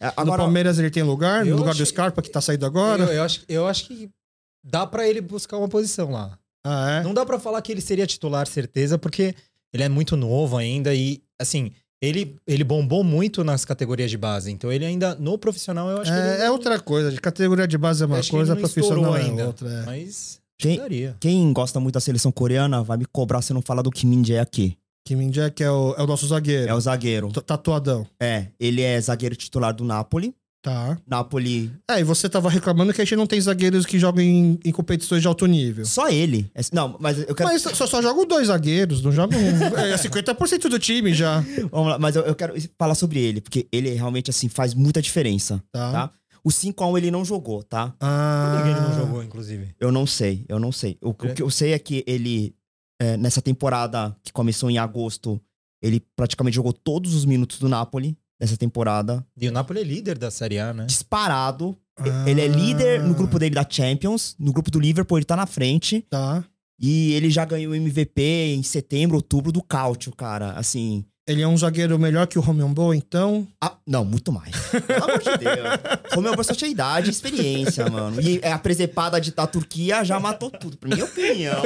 Speaker 3: É,
Speaker 1: no
Speaker 3: Agora,
Speaker 1: Palmeiras ele tem lugar, no
Speaker 2: Eu
Speaker 1: lugar do
Speaker 2: achei-
Speaker 1: Scarpa que tá saindo agora.
Speaker 2: Eu, eu acho, eu acho que dá pra ele buscar uma posição lá.
Speaker 1: Ah, é?
Speaker 2: Não dá pra falar que ele seria titular, certeza, porque ele é muito novo ainda e, assim, Ele, ele bombou muito nas categorias de base, então ele ainda, no profissional, eu acho que ele
Speaker 1: É, é outra coisa. De categoria de base é uma
Speaker 2: Acho que ele
Speaker 1: coisa,
Speaker 2: não
Speaker 1: profissional
Speaker 2: estourou
Speaker 1: é
Speaker 2: ainda.
Speaker 1: outra. é.
Speaker 2: Mas
Speaker 3: Quem-
Speaker 2: daria.
Speaker 3: Quem gosta muito da seleção coreana vai me cobrar se eu não falar do Kim Min-jae aqui.
Speaker 1: Kim Jack é o, é o nosso zagueiro.
Speaker 3: É o zagueiro.
Speaker 1: T- Tatuadão.
Speaker 3: É, ele é zagueiro titular do Napoli.
Speaker 1: Tá.
Speaker 3: Napoli,
Speaker 1: É, e você tava reclamando que a gente não tem zagueiros que jogam em, em competições de alto nível.
Speaker 3: só ele. É- Não, mas eu quero
Speaker 1: Mas só, só jogam dois zagueiros, não jogam. É 50% do time já.
Speaker 3: Vamos lá, mas eu, eu quero falar sobre ele, porque ele realmente, assim, faz muita diferença,
Speaker 1: Tá.
Speaker 3: tá? O 5x1 ele não jogou, tá?
Speaker 1: Ah,
Speaker 2: Por que ele não jogou, inclusive?
Speaker 3: Eu não sei, eu não sei. O, o que eu sei é que ele, é, nessa temporada que começou em agosto, ele praticamente jogou todos os minutos do Napoli nessa temporada.
Speaker 2: E o Napoli é líder da Série A, né?
Speaker 3: Disparado.
Speaker 1: Ah.
Speaker 3: Ele é líder no grupo dele da Champions. No grupo do Liverpool ele tá na frente.
Speaker 1: Tá.
Speaker 3: E ele já ganhou o MVP em setembro, outubro do Cautio, cara. Assim,
Speaker 1: Ele é um zagueiro melhor que o Romion Boa, então.
Speaker 3: Ah, não, muito mais. Pelo amor de Deus. Romeu Brau só tinha idade e experiência, mano. E é, a presepada de, da Turquia já matou tudo, pra minha opinião.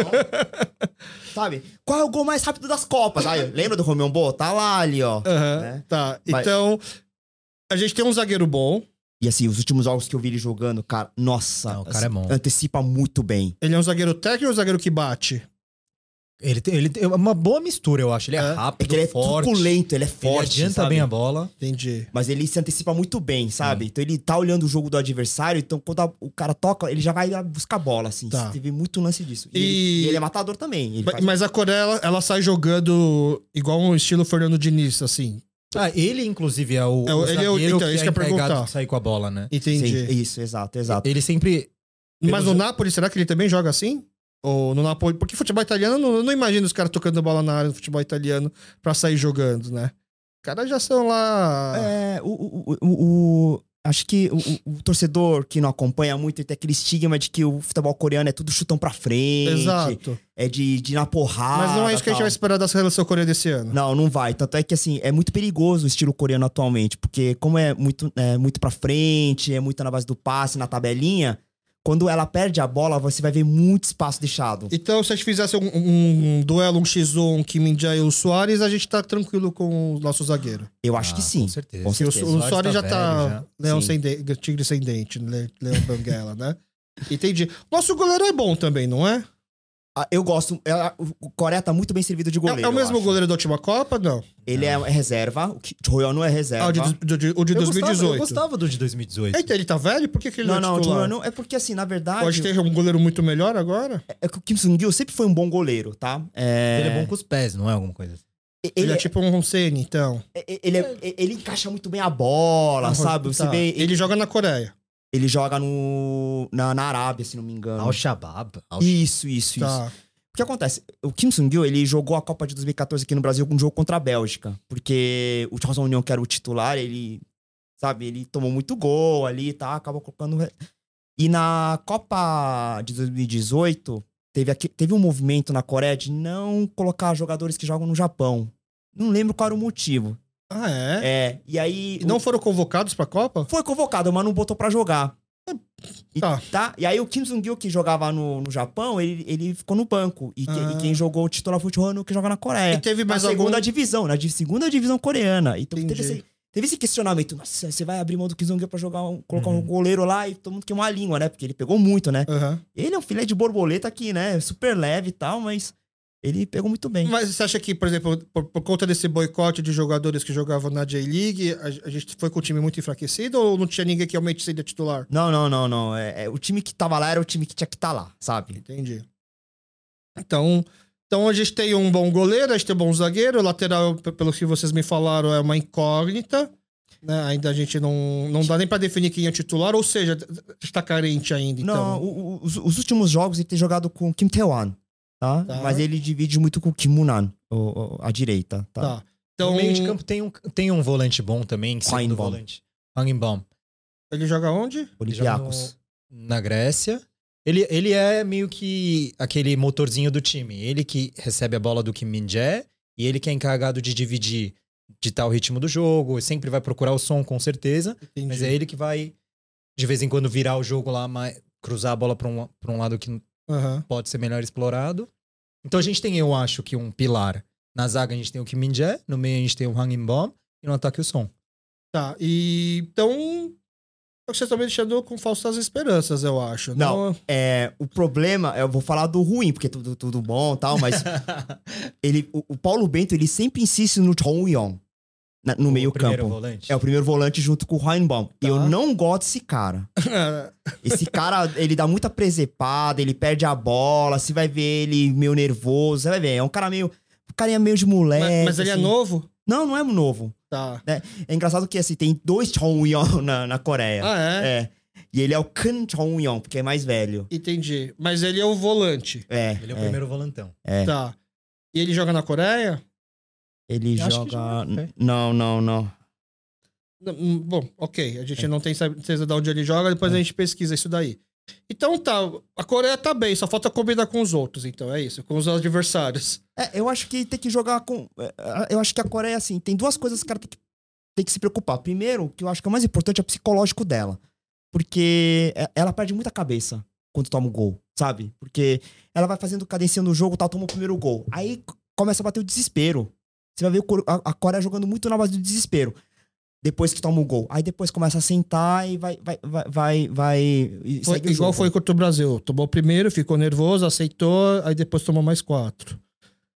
Speaker 3: Sabe? Qual é o gol mais rápido das Copas? Aí, lembra do Romeu Bo? Tá lá ali, ó.
Speaker 1: Aham.
Speaker 3: Né?
Speaker 1: Tá.
Speaker 3: Mas-
Speaker 1: Então, a gente tem um zagueiro bom.
Speaker 3: E assim, os últimos jogos que eu vi ele jogando, cara, nossa. assim,
Speaker 2: Não, o cara é bom.
Speaker 3: Antecipa muito bem.
Speaker 1: Ele é um zagueiro técnico ou um zagueiro que bate?
Speaker 2: Ele tem, ele tem uma boa mistura, eu acho. Ele é,
Speaker 1: É.
Speaker 3: É
Speaker 2: rápido,
Speaker 3: que ele é
Speaker 2: forte.
Speaker 3: truculento, ele é
Speaker 2: ele
Speaker 3: forte.
Speaker 2: adianta
Speaker 3: sabe?
Speaker 2: bem a bola.
Speaker 1: Entendi.
Speaker 3: Mas ele se antecipa muito bem,
Speaker 1: Hum.
Speaker 3: sabe? Então ele tá olhando o jogo do adversário, então quando a- o cara toca, ele já vai lá buscar a bola, assim.
Speaker 1: Tá.
Speaker 3: Teve muito lance disso. E,
Speaker 1: E-
Speaker 3: Ele, e ele é matador também. Ele
Speaker 1: Ba-
Speaker 3: faz-
Speaker 1: Mas a Coreia, ela, ela sai jogando igual um estilo Fernando Diniz, assim.
Speaker 2: Ah, ele, inclusive, é o,
Speaker 1: É,
Speaker 2: o
Speaker 1: ele é o-
Speaker 2: zagueiro
Speaker 1: então,
Speaker 2: que
Speaker 1: isso
Speaker 2: é
Speaker 1: que eu ia
Speaker 2: encarregado
Speaker 1: perguntar.
Speaker 2: de sair com a bola, né?
Speaker 1: Entendi.
Speaker 3: Sim, isso, exato, exato.
Speaker 2: Ele sempre...
Speaker 1: Mas no Napoli, será que ele também joga assim? Ou no Napoli? Porque futebol italiano, eu não, eu não imagino os caras tocando bola na área do futebol italiano pra sair jogando, né? Os caras já são lá.
Speaker 3: É, o, o- o- o- o- acho que o, o- o torcedor que não acompanha muito ele tem aquele estigma de que o futebol coreano é tudo chutão pra frente,
Speaker 1: Exato.
Speaker 3: é de, de ir na porrada.
Speaker 1: Mas não é isso que a gente
Speaker 3: tal.
Speaker 1: vai esperar da relação Coreia desse ano.
Speaker 3: Não, não vai. Tanto é que, assim, é muito perigoso o estilo coreano atualmente, porque como é muito, é muito pra frente, é muito na base do passe, na tabelinha, quando ela perde a bola, você vai ver muito espaço deixado.
Speaker 1: Então, se a gente fizesse um, um- um duelo, um X1, um Kim Min-jae e o Soares, a gente tá tranquilo com o nosso zagueiro.
Speaker 3: Eu acho que
Speaker 2: Ah,
Speaker 3: sim.
Speaker 2: Com certeza.
Speaker 3: Com
Speaker 1: Porque o,
Speaker 3: certeza.
Speaker 1: o Soares já
Speaker 2: tá
Speaker 1: tá.
Speaker 2: velho, já.
Speaker 1: Leão
Speaker 3: Sim.
Speaker 1: sem dente, tigre sem dente, le- leão banguela, né? Entendi. Nosso goleiro é bom também, não é?
Speaker 3: Ah, Eu gosto. é, a- o- o Coreia tá muito bem servido de
Speaker 1: É-
Speaker 3: goleiro.
Speaker 1: é o
Speaker 3: eu
Speaker 1: mesmo
Speaker 3: acho.
Speaker 1: goleiro da última Copa? Não.
Speaker 3: Ele é reserva. O que- Choyonu é reserva.
Speaker 1: Ah, o de, do- de- o de
Speaker 2: Eu
Speaker 1: 2018.
Speaker 2: Gostava, eu gostava do de 2018.
Speaker 1: Eita, ele tá velho? Por que, que ele
Speaker 3: Não,
Speaker 1: não,
Speaker 3: não,
Speaker 1: é
Speaker 3: o
Speaker 1: titular?
Speaker 3: Choyonu é porque, assim, na verdade,
Speaker 1: Pode ter um goleiro muito melhor agora?
Speaker 3: é que o Kim Sung-gil sempre foi um bom goleiro, tá? É,
Speaker 2: Ele é bom com os pés, não é alguma coisa assim.
Speaker 1: Ele,
Speaker 3: ele,
Speaker 1: é tipo um Ronsene, então.
Speaker 3: é- ele, é- ele encaixa muito bem a bola,
Speaker 1: Ah,
Speaker 3: sabe? Você
Speaker 1: tá.
Speaker 3: vê,
Speaker 1: Ele... joga na Coreia.
Speaker 3: Ele joga no, na, na Arábia, se não me engano.
Speaker 2: Al-Shabaab. Al
Speaker 3: Isso, isso, isso.
Speaker 1: Tá.
Speaker 3: O que acontece? O Kim Sung-gil, ele jogou a Copa de 2014 aqui no Brasil com um jogo contra a Bélgica. Porque o Charles Union, que era o titular, ele, sabe, ele tomou muito gol ali e tá, acaba colocando... E na Copa de 2018, teve, aqui, teve um movimento na Coreia de não colocar jogadores que jogam no Japão. Não lembro qual era o motivo.
Speaker 1: Ah, é?
Speaker 3: É, e aí...
Speaker 1: E não foram convocados pra Copa?
Speaker 3: Foi convocado, mas não botou pra jogar. E,
Speaker 1: Tá.
Speaker 3: tá. E aí o Kim Jong-il, que jogava no, no Japão, ele, ele ficou no banco. E, que-
Speaker 1: Ah.
Speaker 3: e quem jogou o titular foi o Chohanu, que joga na
Speaker 2: É,
Speaker 3: Coreia.
Speaker 1: E teve
Speaker 3: na
Speaker 1: mais algum.
Speaker 3: segunda divisão, na di- segunda divisão coreana. Então teve
Speaker 1: Entendi.
Speaker 3: esse, teve esse questionamento. Nossa, você vai abrir mão do Kim Jong-il pra jogar um, colocar
Speaker 2: Uhum.
Speaker 3: um goleiro lá e todo mundo queimou a língua, né? Porque ele pegou muito, né?
Speaker 1: Aham.
Speaker 3: Ele é um filé de borboleta aqui, né? Super leve e tal, mas ele pegou muito bem.
Speaker 1: Mas você acha que, por exemplo, por, por conta desse boicote de jogadores que jogavam na J-League, a, a gente foi com o time muito enfraquecido ou não tinha ninguém que realmente seria titular?
Speaker 3: Não, não, não, não. É, é, o time que tava lá era o time que tinha que estar lá, sabe?
Speaker 1: Entendi. Então, então a gente tem um bom goleiro, a gente tem um bom zagueiro, o lateral, p- pelo que vocês me falaram, é uma incógnita. né? Ainda a gente não, não dá nem pra definir quem é titular, ou seja, está carente ainda.
Speaker 3: Não,
Speaker 1: Então.
Speaker 3: o- o- os, os últimos jogos ele tem jogado com o Kim Tae-wan, tá?
Speaker 1: Tá.
Speaker 3: Mas ele divide muito com o Kim Munan, o- o- a direita, tá?
Speaker 1: Tá.
Speaker 2: No
Speaker 1: Então,
Speaker 2: meio de campo tem um, tem um volante bom também, que segundo
Speaker 3: Heinbaum.
Speaker 2: volante. Heinbaum.
Speaker 1: ele joga onde?
Speaker 3: Olympiacos.
Speaker 2: Na Grécia. Ele, ele é meio que aquele motorzinho do time. Ele que recebe a bola do Kim Min-jae e ele que é encarregado de dividir, de tal ritmo do jogo, sempre vai procurar o som, com certeza.
Speaker 1: Entendi.
Speaker 2: Mas é ele que vai, de vez em quando, virar o jogo lá, mas cruzar a bola para um, pra um lado que
Speaker 1: Aham.
Speaker 2: pode ser melhor explorado. Então a gente tem, eu acho, que um pilar Na zaga a gente tem o Kim Min-jae, no meio a gente tem o Hang In-bom e no ataque o Son.
Speaker 1: Tá, e então. Vocês estão me deixando com falsas esperanças, eu acho. né?
Speaker 3: Não. É, o problema, eu vou falar do ruim, porque tudo, tudo bom e tal, mas ele, o, o Paulo Bento ele sempre insiste no Chong Yong na- no
Speaker 2: O
Speaker 3: meio
Speaker 2: primeiro
Speaker 3: campo.
Speaker 2: volante.
Speaker 3: É o primeiro volante junto com o Reinbaum. E eu
Speaker 1: Tá.
Speaker 3: não gosto desse cara. Esse cara, ele dá muita presepada, ele perde a bola, você vai ver ele meio nervoso, você vai ver, é um cara meio... Um carinha meio de moleque.
Speaker 1: mas, mas ele é
Speaker 3: assim.
Speaker 1: novo?
Speaker 3: Não, não é novo.
Speaker 1: Tá.
Speaker 3: É engraçado que, assim, tem dois Chong-Yong na, na Coreia.
Speaker 1: Ah, é?
Speaker 3: É. E ele é o Kan Chong-Yong, porque é mais velho.
Speaker 1: Entendi. Mas ele é o volante.
Speaker 3: É,
Speaker 2: Ele é o primeiro volantão.
Speaker 3: É.
Speaker 1: Tá. E ele joga na Coreia?
Speaker 3: ele
Speaker 2: Eu acho que
Speaker 3: joga...
Speaker 2: já é.
Speaker 3: Não, não, não.
Speaker 1: N- hum, Bom, ok. A
Speaker 3: É.
Speaker 1: gente não tem certeza de onde ele joga, depois a gente pesquisa isso daí. Então tá, a Coreia tá bem, só falta combinar com os outros, então é isso, com os adversários.
Speaker 3: É, eu acho que tem que jogar com... é, Eu acho que a Coreia, assim, tem duas coisas que o cara tem que, tem que se preocupar. Primeiro, que eu acho que o mais importante é o psicológico dela. Porque é- ela perde muita cabeça quando toma o gol, sabe? Porque ela vai fazendo cadência no jogo, tal, toma o primeiro gol. Aí c- começa a bater o desespero. Você vai ver o Cor- a, a Coreia jogando muito na base do desespero. Depois que toma o gol. Aí depois começa a sentar e vai... vai, vai, vai, vai e
Speaker 1: Foi-
Speaker 3: segue o
Speaker 1: igual
Speaker 3: jogo.
Speaker 1: foi contra o Brasil. Tomou o primeiro, ficou nervoso, aceitou, aí depois tomou mais quatro.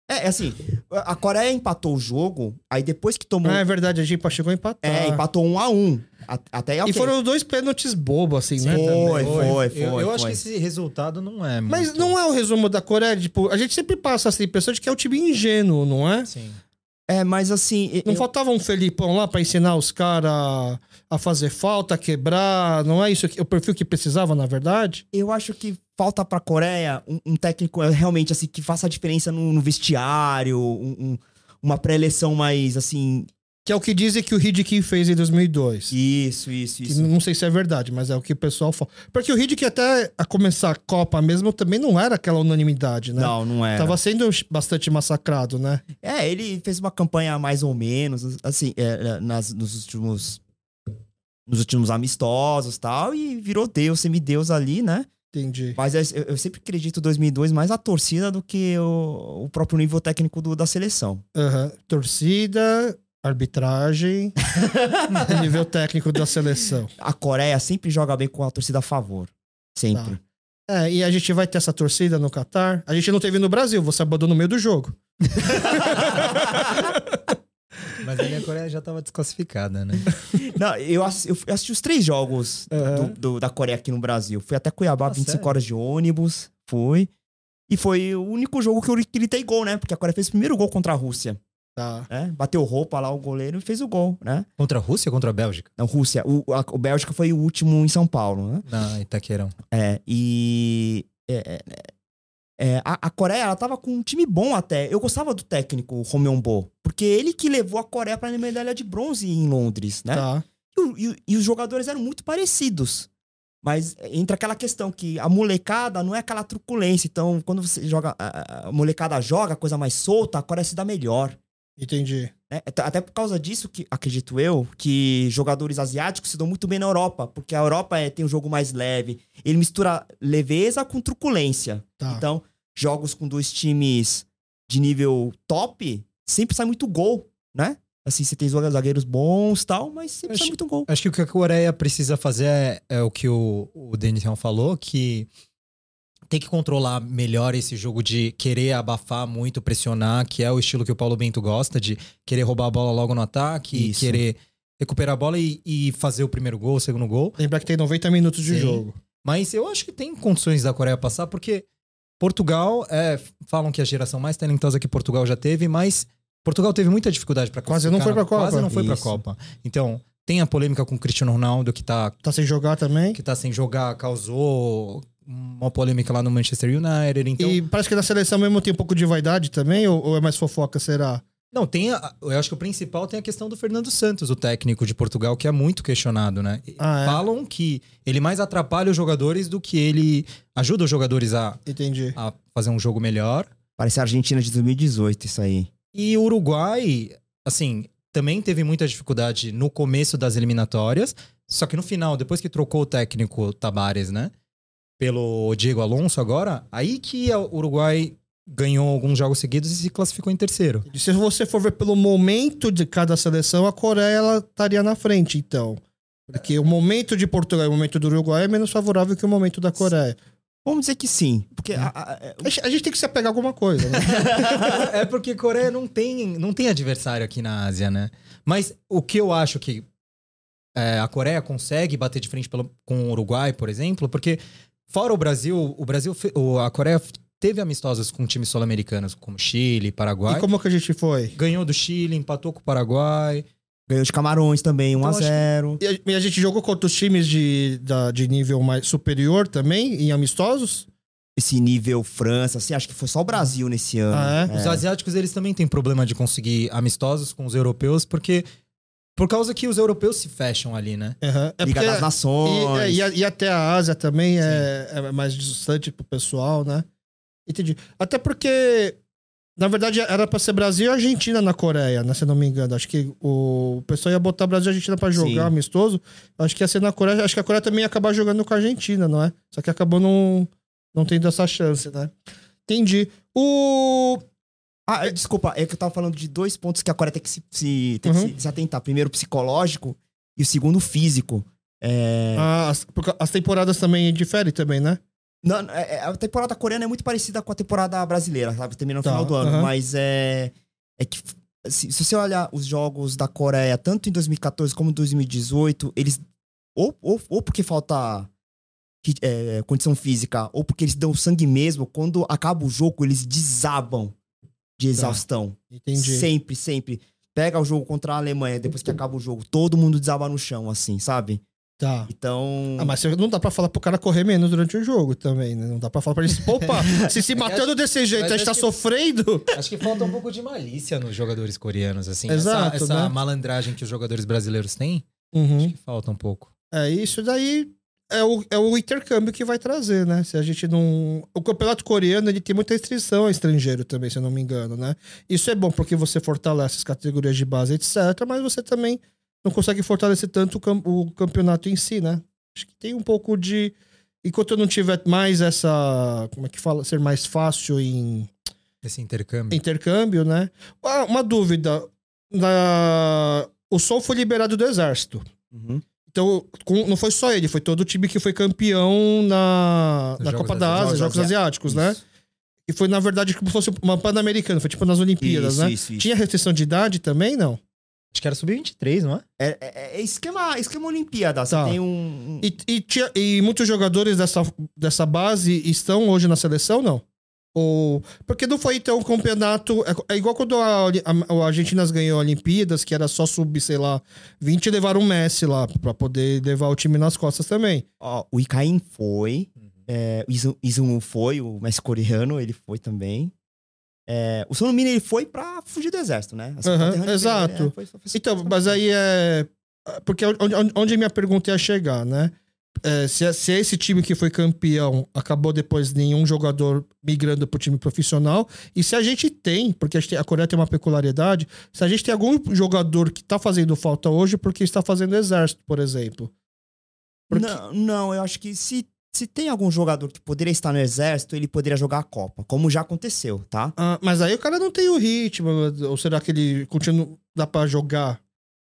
Speaker 3: É, é assim, a a Coreia empatou o jogo, aí depois que tomou
Speaker 1: Ah, é verdade, a gente chegou a empatar.
Speaker 3: É, empatou um a um. A- Até
Speaker 1: Ah. E foram dois pênaltis bobos, assim, né?
Speaker 3: Sim.
Speaker 1: também.
Speaker 3: Foi, foi, foi,
Speaker 2: Eu, eu acho
Speaker 3: foi.
Speaker 2: que esse resultado não é.
Speaker 1: Mas
Speaker 2: muito-
Speaker 1: não é o resumo da Coreia, tipo, a gente sempre passa essa impressão de que é um time ingênuo, não é?
Speaker 2: Sim.
Speaker 3: É, mas assim. e-
Speaker 1: Não
Speaker 3: eu-
Speaker 1: faltava um Felipão lá pra ensinar os caras a fazer falta, a quebrar, não é isso que, o perfil que precisava, na verdade?
Speaker 3: Eu acho que falta pra Coreia um, um técnico é, realmente assim que faça a diferença no, no vestiário, um- um- uma pré-eleção mais assim.
Speaker 1: Que é o que dizem que o Hidikin fez em 2002.
Speaker 3: Isso, isso,
Speaker 1: Que não sei se é verdade, mas é o que o pessoal fala. Porque o Hidikin até a começar a Copa mesmo também não era aquela unanimidade, né?
Speaker 3: Não, não é.
Speaker 1: Tava sendo bastante massacrado, né?
Speaker 3: É, ele fez uma campanha mais ou menos, assim, é, é, nas, nos últimos. Nos últimos amistosos e tal, e virou Deus, semideus ali, né?
Speaker 1: Entendi.
Speaker 3: Mas eu, eu sempre acredito em 2002 mais a torcida do que o, o próprio nível técnico do- da seleção.
Speaker 1: Aham. Torcida, arbitragem, nível técnico da seleção.
Speaker 3: A Coreia sempre joga bem com a torcida a favor. Sempre.
Speaker 1: É, e a gente vai ter essa torcida no Catar. A gente não teve no Brasil, você abandonou no meio do jogo.
Speaker 2: Mas ali a Coreia já estava desclassificada, né?
Speaker 3: Não, eu, ass- eu fui- eu assisti os três jogos
Speaker 1: Aham.
Speaker 3: do- do- da Coreia aqui no Brasil. Fui até Cuiabá,
Speaker 2: Ah,
Speaker 3: 25
Speaker 2: sério?
Speaker 3: horas de ônibus. Fui. E foi o único jogo que eu gritei gol, né? Porque a Coreia fez o primeiro gol contra a Rússia.
Speaker 1: Tá.
Speaker 3: Né? Bateu roupa lá o goleiro e fez o gol, né?
Speaker 2: Contra a Rússia ou contra a Bélgica?
Speaker 3: Não, Rússia. O, a, o Bélgica foi o último em São Paulo, né?
Speaker 2: Na Ah, Itaquerão.
Speaker 3: É, e. é, é, é, a, a Coreia, ela tava com um time bom até. Eu gostava do técnico Romeon Bo, porque ele que levou a Coreia pra medalha de bronze em Londres, né?
Speaker 1: Tá.
Speaker 3: E, o- e o- e os jogadores eram muito parecidos. Mas entra aquela questão que a molecada não é aquela truculência. Então, quando você joga. A, a- a molecada joga, coisa mais solta, a Coreia se dá melhor.
Speaker 1: Entendi.
Speaker 3: né? Até- Até por causa disso, que acredito eu, que jogadores asiáticos se dão muito bem na Europa, porque a Europa é, tem um jogo mais leve. Ele mistura leveza com truculência.
Speaker 1: Tá.
Speaker 3: Então, jogos com dois times de nível top, sempre sai muito gol, né? Assim, você tem zagueiros bons e tal, mas sempre
Speaker 2: Acho-
Speaker 3: sai muito gol.
Speaker 2: Acho que o que a Coreia precisa fazer é, é o que o, o Denison falou, que tem que controlar melhor esse jogo de querer abafar muito, pressionar, que é o estilo que o Paulo Bento gosta, de querer roubar a bola logo no ataque,
Speaker 3: Isso.
Speaker 2: querer recuperar a bola e, e fazer o primeiro gol, o segundo gol.
Speaker 1: Lembrar que tem 90 minutos de
Speaker 2: Sim.
Speaker 1: jogo.
Speaker 2: Mas eu acho que tem condições da Coreia passar, porque Portugal é. Falam que é a geração mais talentosa que Portugal já teve, mas Portugal teve muita dificuldade para
Speaker 1: Quase não foi pra Copa.
Speaker 2: Quase não foi para
Speaker 3: Isso.
Speaker 2: Copa. Então, tem a polêmica com o Cristiano Ronaldo, que tá,
Speaker 1: Tá sem jogar também.
Speaker 2: que tá sem jogar, causou uma polêmica lá no Manchester United. Então,
Speaker 1: e parece que na seleção mesmo tem um pouco de vaidade também, ou, ou é mais fofoca, será?
Speaker 2: não, tem. a- eu acho que o principal tem a questão do Fernando Santos, o técnico de Portugal, que é muito questionado, né? E
Speaker 1: Ah, é?
Speaker 2: Falam que ele mais atrapalha os jogadores do que ele ajuda os jogadores a-
Speaker 1: Entendi.
Speaker 2: a fazer um jogo melhor.
Speaker 3: Parece a Argentina de 2018, isso aí.
Speaker 2: E o Uruguai, assim, também teve muita dificuldade no começo das eliminatórias. Só que no final, depois que trocou o técnico Tabares, né? Pelo Diego Alonso agora, aí que o Uruguai ganhou alguns jogos seguidos e se classificou em terceiro.
Speaker 1: Se você for ver pelo momento de cada seleção, a Coreia ela estaria na frente, então. Porque o momento de Portugal e o momento do Uruguai é menos favorável que o momento da Coreia.
Speaker 3: Vamos dizer que sim. Porque
Speaker 1: É.
Speaker 3: a- é, a- a-
Speaker 1: A gente- a gente tem que se apegar a alguma coisa, né?
Speaker 2: é porque Coreia não tem, não tem adversário aqui na Ásia, né? Mas o que eu acho que é, a Coreia consegue bater de frente pelo- com o Uruguai, por exemplo, porque fora o Brasil, o Brasil, fe- o- a Coreia teve amistosos com times sul-americanos, como Chile, Paraguai.
Speaker 1: E como que a gente foi?
Speaker 2: Ganhou do Chile, empatou com o Paraguai.
Speaker 3: ganhou de Camarões também, 1
Speaker 2: Então,
Speaker 3: a
Speaker 2: acho que-
Speaker 3: 0
Speaker 1: E a, e a gente jogou contra os times de, da- de nível mais superior também, em amistosos?
Speaker 3: Esse nível França, assim, acho que foi só o Brasil nesse ano.
Speaker 1: Ah,
Speaker 2: Os asiáticos, eles também têm problema de conseguir amistosos com os europeus, porque por causa que os europeus se fecham ali, né?
Speaker 1: Aham. É
Speaker 3: Liga
Speaker 1: porque-
Speaker 3: das
Speaker 1: e, é,
Speaker 3: Nações.
Speaker 1: e a- e até a Ásia também é, é mais distante pro pessoal, né? Entendi. Até porque, na verdade, era pra ser Brasil e Argentina na Coreia, né? Se não me engano. Acho que o pessoal ia botar Brasil e Argentina pra jogar
Speaker 3: Sim.
Speaker 1: amistoso. Acho que ia ser na Coreia. Acho que a Coreia também ia acabar jogando com a Argentina, não é? Só que acabou não, não tendo essa chance, né? Entendi. O.
Speaker 3: Ah, é, desculpa, é que eu tava falando de dois pontos que a Coreia tem que se, se- tem que
Speaker 1: Uhum.
Speaker 3: se- se atentar. Primeiro, o psicológico e o segundo, o físico. É...
Speaker 1: Ah, as, porque as temporadas também diferem também, né?
Speaker 3: Não, não, é- é- a temporada coreana é muito parecida com a temporada brasileira, sabe? Termina no
Speaker 1: Tá,
Speaker 3: final do ano.
Speaker 1: aham.
Speaker 3: Mas é. É que. Se, se você olhar os jogos da Coreia, tanto em 2014 como em 2018, eles. Ou, ou, ou porque falta que- é, condição física, ou porque eles dão sangue mesmo, quando acaba o jogo, eles desabam
Speaker 1: Tá.
Speaker 3: de exaustão.
Speaker 1: Entendi.
Speaker 3: Sempre, sempre. Pega o jogo contra a Alemanha, depois que acaba o jogo, todo mundo desaba no chão, assim, sabe?
Speaker 1: Tá.
Speaker 3: Então.
Speaker 1: Ah, mas você- não dá pra falar pro cara correr menos durante o jogo também, né? Não dá pra falar pra ele se poupar. se se matando desse jeito,
Speaker 2: mas
Speaker 1: a gente tá
Speaker 2: acho que-
Speaker 1: sofrendo.
Speaker 2: Acho que falta um pouco de malícia nos jogadores coreanos, assim.
Speaker 1: Exato,
Speaker 2: essa essa
Speaker 1: né?
Speaker 2: malandragem que os jogadores brasileiros têm, acho que falta um pouco.
Speaker 1: Uhum. É, isso daí é o, é o intercâmbio que vai trazer, né? Se a gente não. O campeonato coreano ele tem muita restrição a estrangeiro também, se eu não me engano, né? Isso é bom porque você fortalece as categorias de base, etc., mas você também não consegue fortalecer tanto o, cam- o campeonato em si, né? Acho que tem um pouco de. Enquanto eu não tiver mais essa. Como é que fala? Ser mais fácil em.
Speaker 2: Esse intercâmbio.
Speaker 1: intercâmbio, né? Ah, uma dúvida. Na- O Sol foi liberado do exército.
Speaker 3: Uhum.
Speaker 1: Então, com- não foi só ele, foi todo o time que foi campeão na,
Speaker 2: Nos
Speaker 1: na
Speaker 2: Jogos
Speaker 1: Copa da Ásia,
Speaker 3: Asiáticos.
Speaker 1: Jogos Asiáticos, né?
Speaker 3: Isso,
Speaker 1: E foi, na verdade, como se fosse uma Pan-Americana, foi tipo nas Olimpíadas,
Speaker 3: isso,
Speaker 1: né?
Speaker 3: isso, isso.
Speaker 1: Tinha restrição de idade também, não?
Speaker 2: Acho que era sub-23, não é?
Speaker 3: É, é- é esquema, esquema Olimpíada. Você
Speaker 1: Tá.
Speaker 3: tem um. um-
Speaker 1: E, e tinha- e muitos jogadores dessa, dessa base estão hoje na seleção, não? Ou, porque não foi, então, um campeonato... É, é igual quando a, Oli- a, a Argentina ganhou a Olimpíadas, que era só sub, sei lá, 20 e levaram o Messi lá, pra poder levar o time nas costas também.
Speaker 3: ó, o Icaim foi.
Speaker 1: Uhum.
Speaker 3: é, o Izum- Izum foi, o mestre coreano, ele foi também. É, o Sono Mini, ele foi pra fugir do exército, né? Assim,
Speaker 1: Aham,
Speaker 3: pra terra de-
Speaker 1: exato.
Speaker 3: é, foi- foi- foi-
Speaker 1: Então, mas aí é... Porque onde, onde- onde minha pergunta ia chegar, né? É, se, se esse time que foi campeão acabou depois nenhum jogador migrando pro time profissional, e se a gente tem, porque a, gente tem- a Coreia tem uma peculiaridade, se a gente tem algum jogador que tá fazendo falta hoje porque está fazendo exército, por exemplo. Porque-
Speaker 3: Não, não, eu acho que se, se tem algum jogador que poderia estar no exército, ele poderia jogar a Copa, como já aconteceu, tá?
Speaker 1: Ah, mas aí o cara não tem o ritmo, ou será que ele continua, dá pra jogar?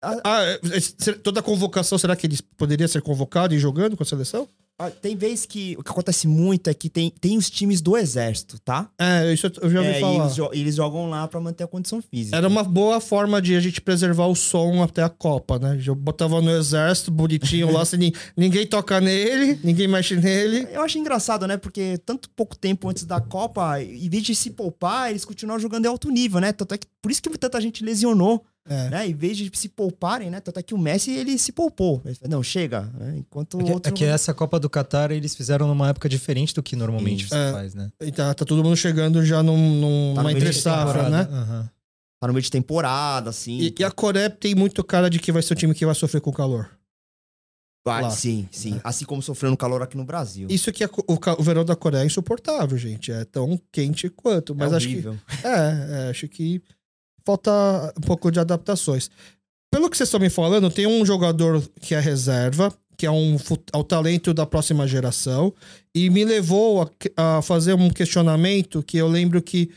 Speaker 3: Ah.
Speaker 1: Ah, é, é, se- toda convocação, será que ele poderia ser convocado e ir jogando com a seleção?
Speaker 3: Ah, Tem vezes que o que acontece muito é que tem, tem os times do exército, tá?
Speaker 1: É, isso eu já ouvi
Speaker 3: É, E
Speaker 1: falar.
Speaker 3: eles, jo- eles jogam lá pra manter a condição física.
Speaker 1: Era uma boa forma de a gente preservar o som até a Copa, né? Eu botava no exército, bonitinho lá, sem nin- ninguém toca nele, ninguém mexe nele.
Speaker 3: Eu acho engraçado, né? Porque tanto pouco tempo antes da Copa, em vez de se poupar, eles continuaram jogando em alto nível, né? Tanto é que, por isso que tanta gente lesionou,
Speaker 1: É.
Speaker 3: né? Em vez de se pouparem, né? Tanto é que o Messi, ele se poupou. Ele falou, Não, chega. né? Enquanto
Speaker 2: É
Speaker 3: o
Speaker 2: que,
Speaker 3: outro...
Speaker 2: é que essa Copa do Catar eles fizeram numa época diferente do que normalmente
Speaker 3: Isso.
Speaker 2: você
Speaker 1: É.
Speaker 2: faz, né?
Speaker 1: E tá, tá todo mundo chegando já num, num,
Speaker 3: Tá no
Speaker 1: numa
Speaker 3: meio de
Speaker 1: entre-safra,
Speaker 2: Temporada,
Speaker 1: né?
Speaker 2: aham.
Speaker 3: Tá no meio de temporada, assim.
Speaker 1: E, é e a Coreia tem muito cara de que vai ser o time que vai sofrer com o calor.
Speaker 3: Vai,
Speaker 1: lá. É.
Speaker 3: sim, sim. Assim como sofrendo calor aqui no Brasil.
Speaker 1: Isso que a co- o, ca- o verão da Coreia é insuportável, gente. É tão quente quanto. Mas
Speaker 3: é
Speaker 1: acho que
Speaker 3: horrível.
Speaker 1: É, é, acho que falta um pouco de adaptações. Pelo que vocês estão me falando, tem um jogador que é reserva, que é um fu- ao talento da próxima geração, e me levou a, que- a fazer um questionamento que eu lembro que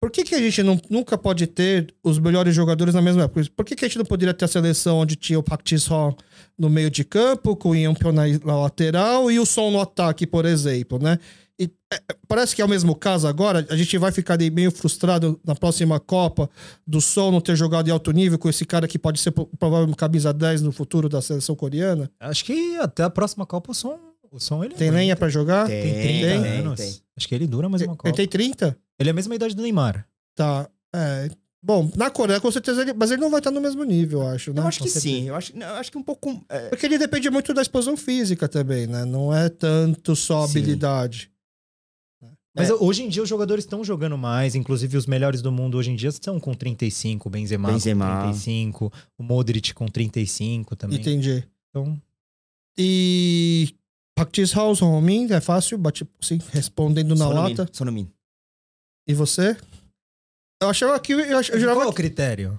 Speaker 1: por que, que a gente não- nunca pode ter os melhores jogadores na mesma época? Por que, que a gente não poderia ter a seleção onde tinha o Pactis Hall no meio de campo, com o Iampio na na lateral e o Som no ataque, por exemplo, né? E, é, parece que é o mesmo caso agora. A gente vai ficar ali meio frustrado na próxima Copa do Sol não ter jogado em alto nível com esse cara que pode ser pro- provável camisa 10 no futuro da seleção coreana.
Speaker 2: Acho que até a próxima Copa o som, o som ele é
Speaker 1: Tem lenha pra jogar?
Speaker 3: Tem.
Speaker 2: Tem 30
Speaker 1: Tem,
Speaker 3: tem,
Speaker 2: anos.
Speaker 3: tem.
Speaker 2: Acho que ele dura mais uma
Speaker 1: Ele
Speaker 2: Copa.
Speaker 1: tem 30?
Speaker 2: Ele é a mesma idade do Neymar.
Speaker 1: Tá. É. Bom, na Coreia com certeza ele. Mas ele não vai estar no mesmo nível, eu acho, né?
Speaker 3: Eu acho
Speaker 2: Com
Speaker 3: que
Speaker 2: certeza.
Speaker 3: sim. Eu acho, não, eu acho que um pouco. é,
Speaker 1: Porque ele depende muito da explosão física também, né? Não é tanto só
Speaker 3: Sim.
Speaker 1: habilidade.
Speaker 2: Mas
Speaker 3: É.
Speaker 2: hoje em dia os jogadores estão jogando mais, inclusive os melhores do mundo hoje em dia estão com 35, o Benzema,
Speaker 3: Benzema.
Speaker 2: com 35, o Modric com 35 também.
Speaker 1: Entendi.
Speaker 2: Então,
Speaker 1: E. Practice House Homing, é fácil, bate, sim, respondendo na
Speaker 3: Sonomin,
Speaker 1: lata.
Speaker 3: Sonomin.
Speaker 1: E você? Eu achava que eu, ach- eu jurava
Speaker 2: qual é o critério?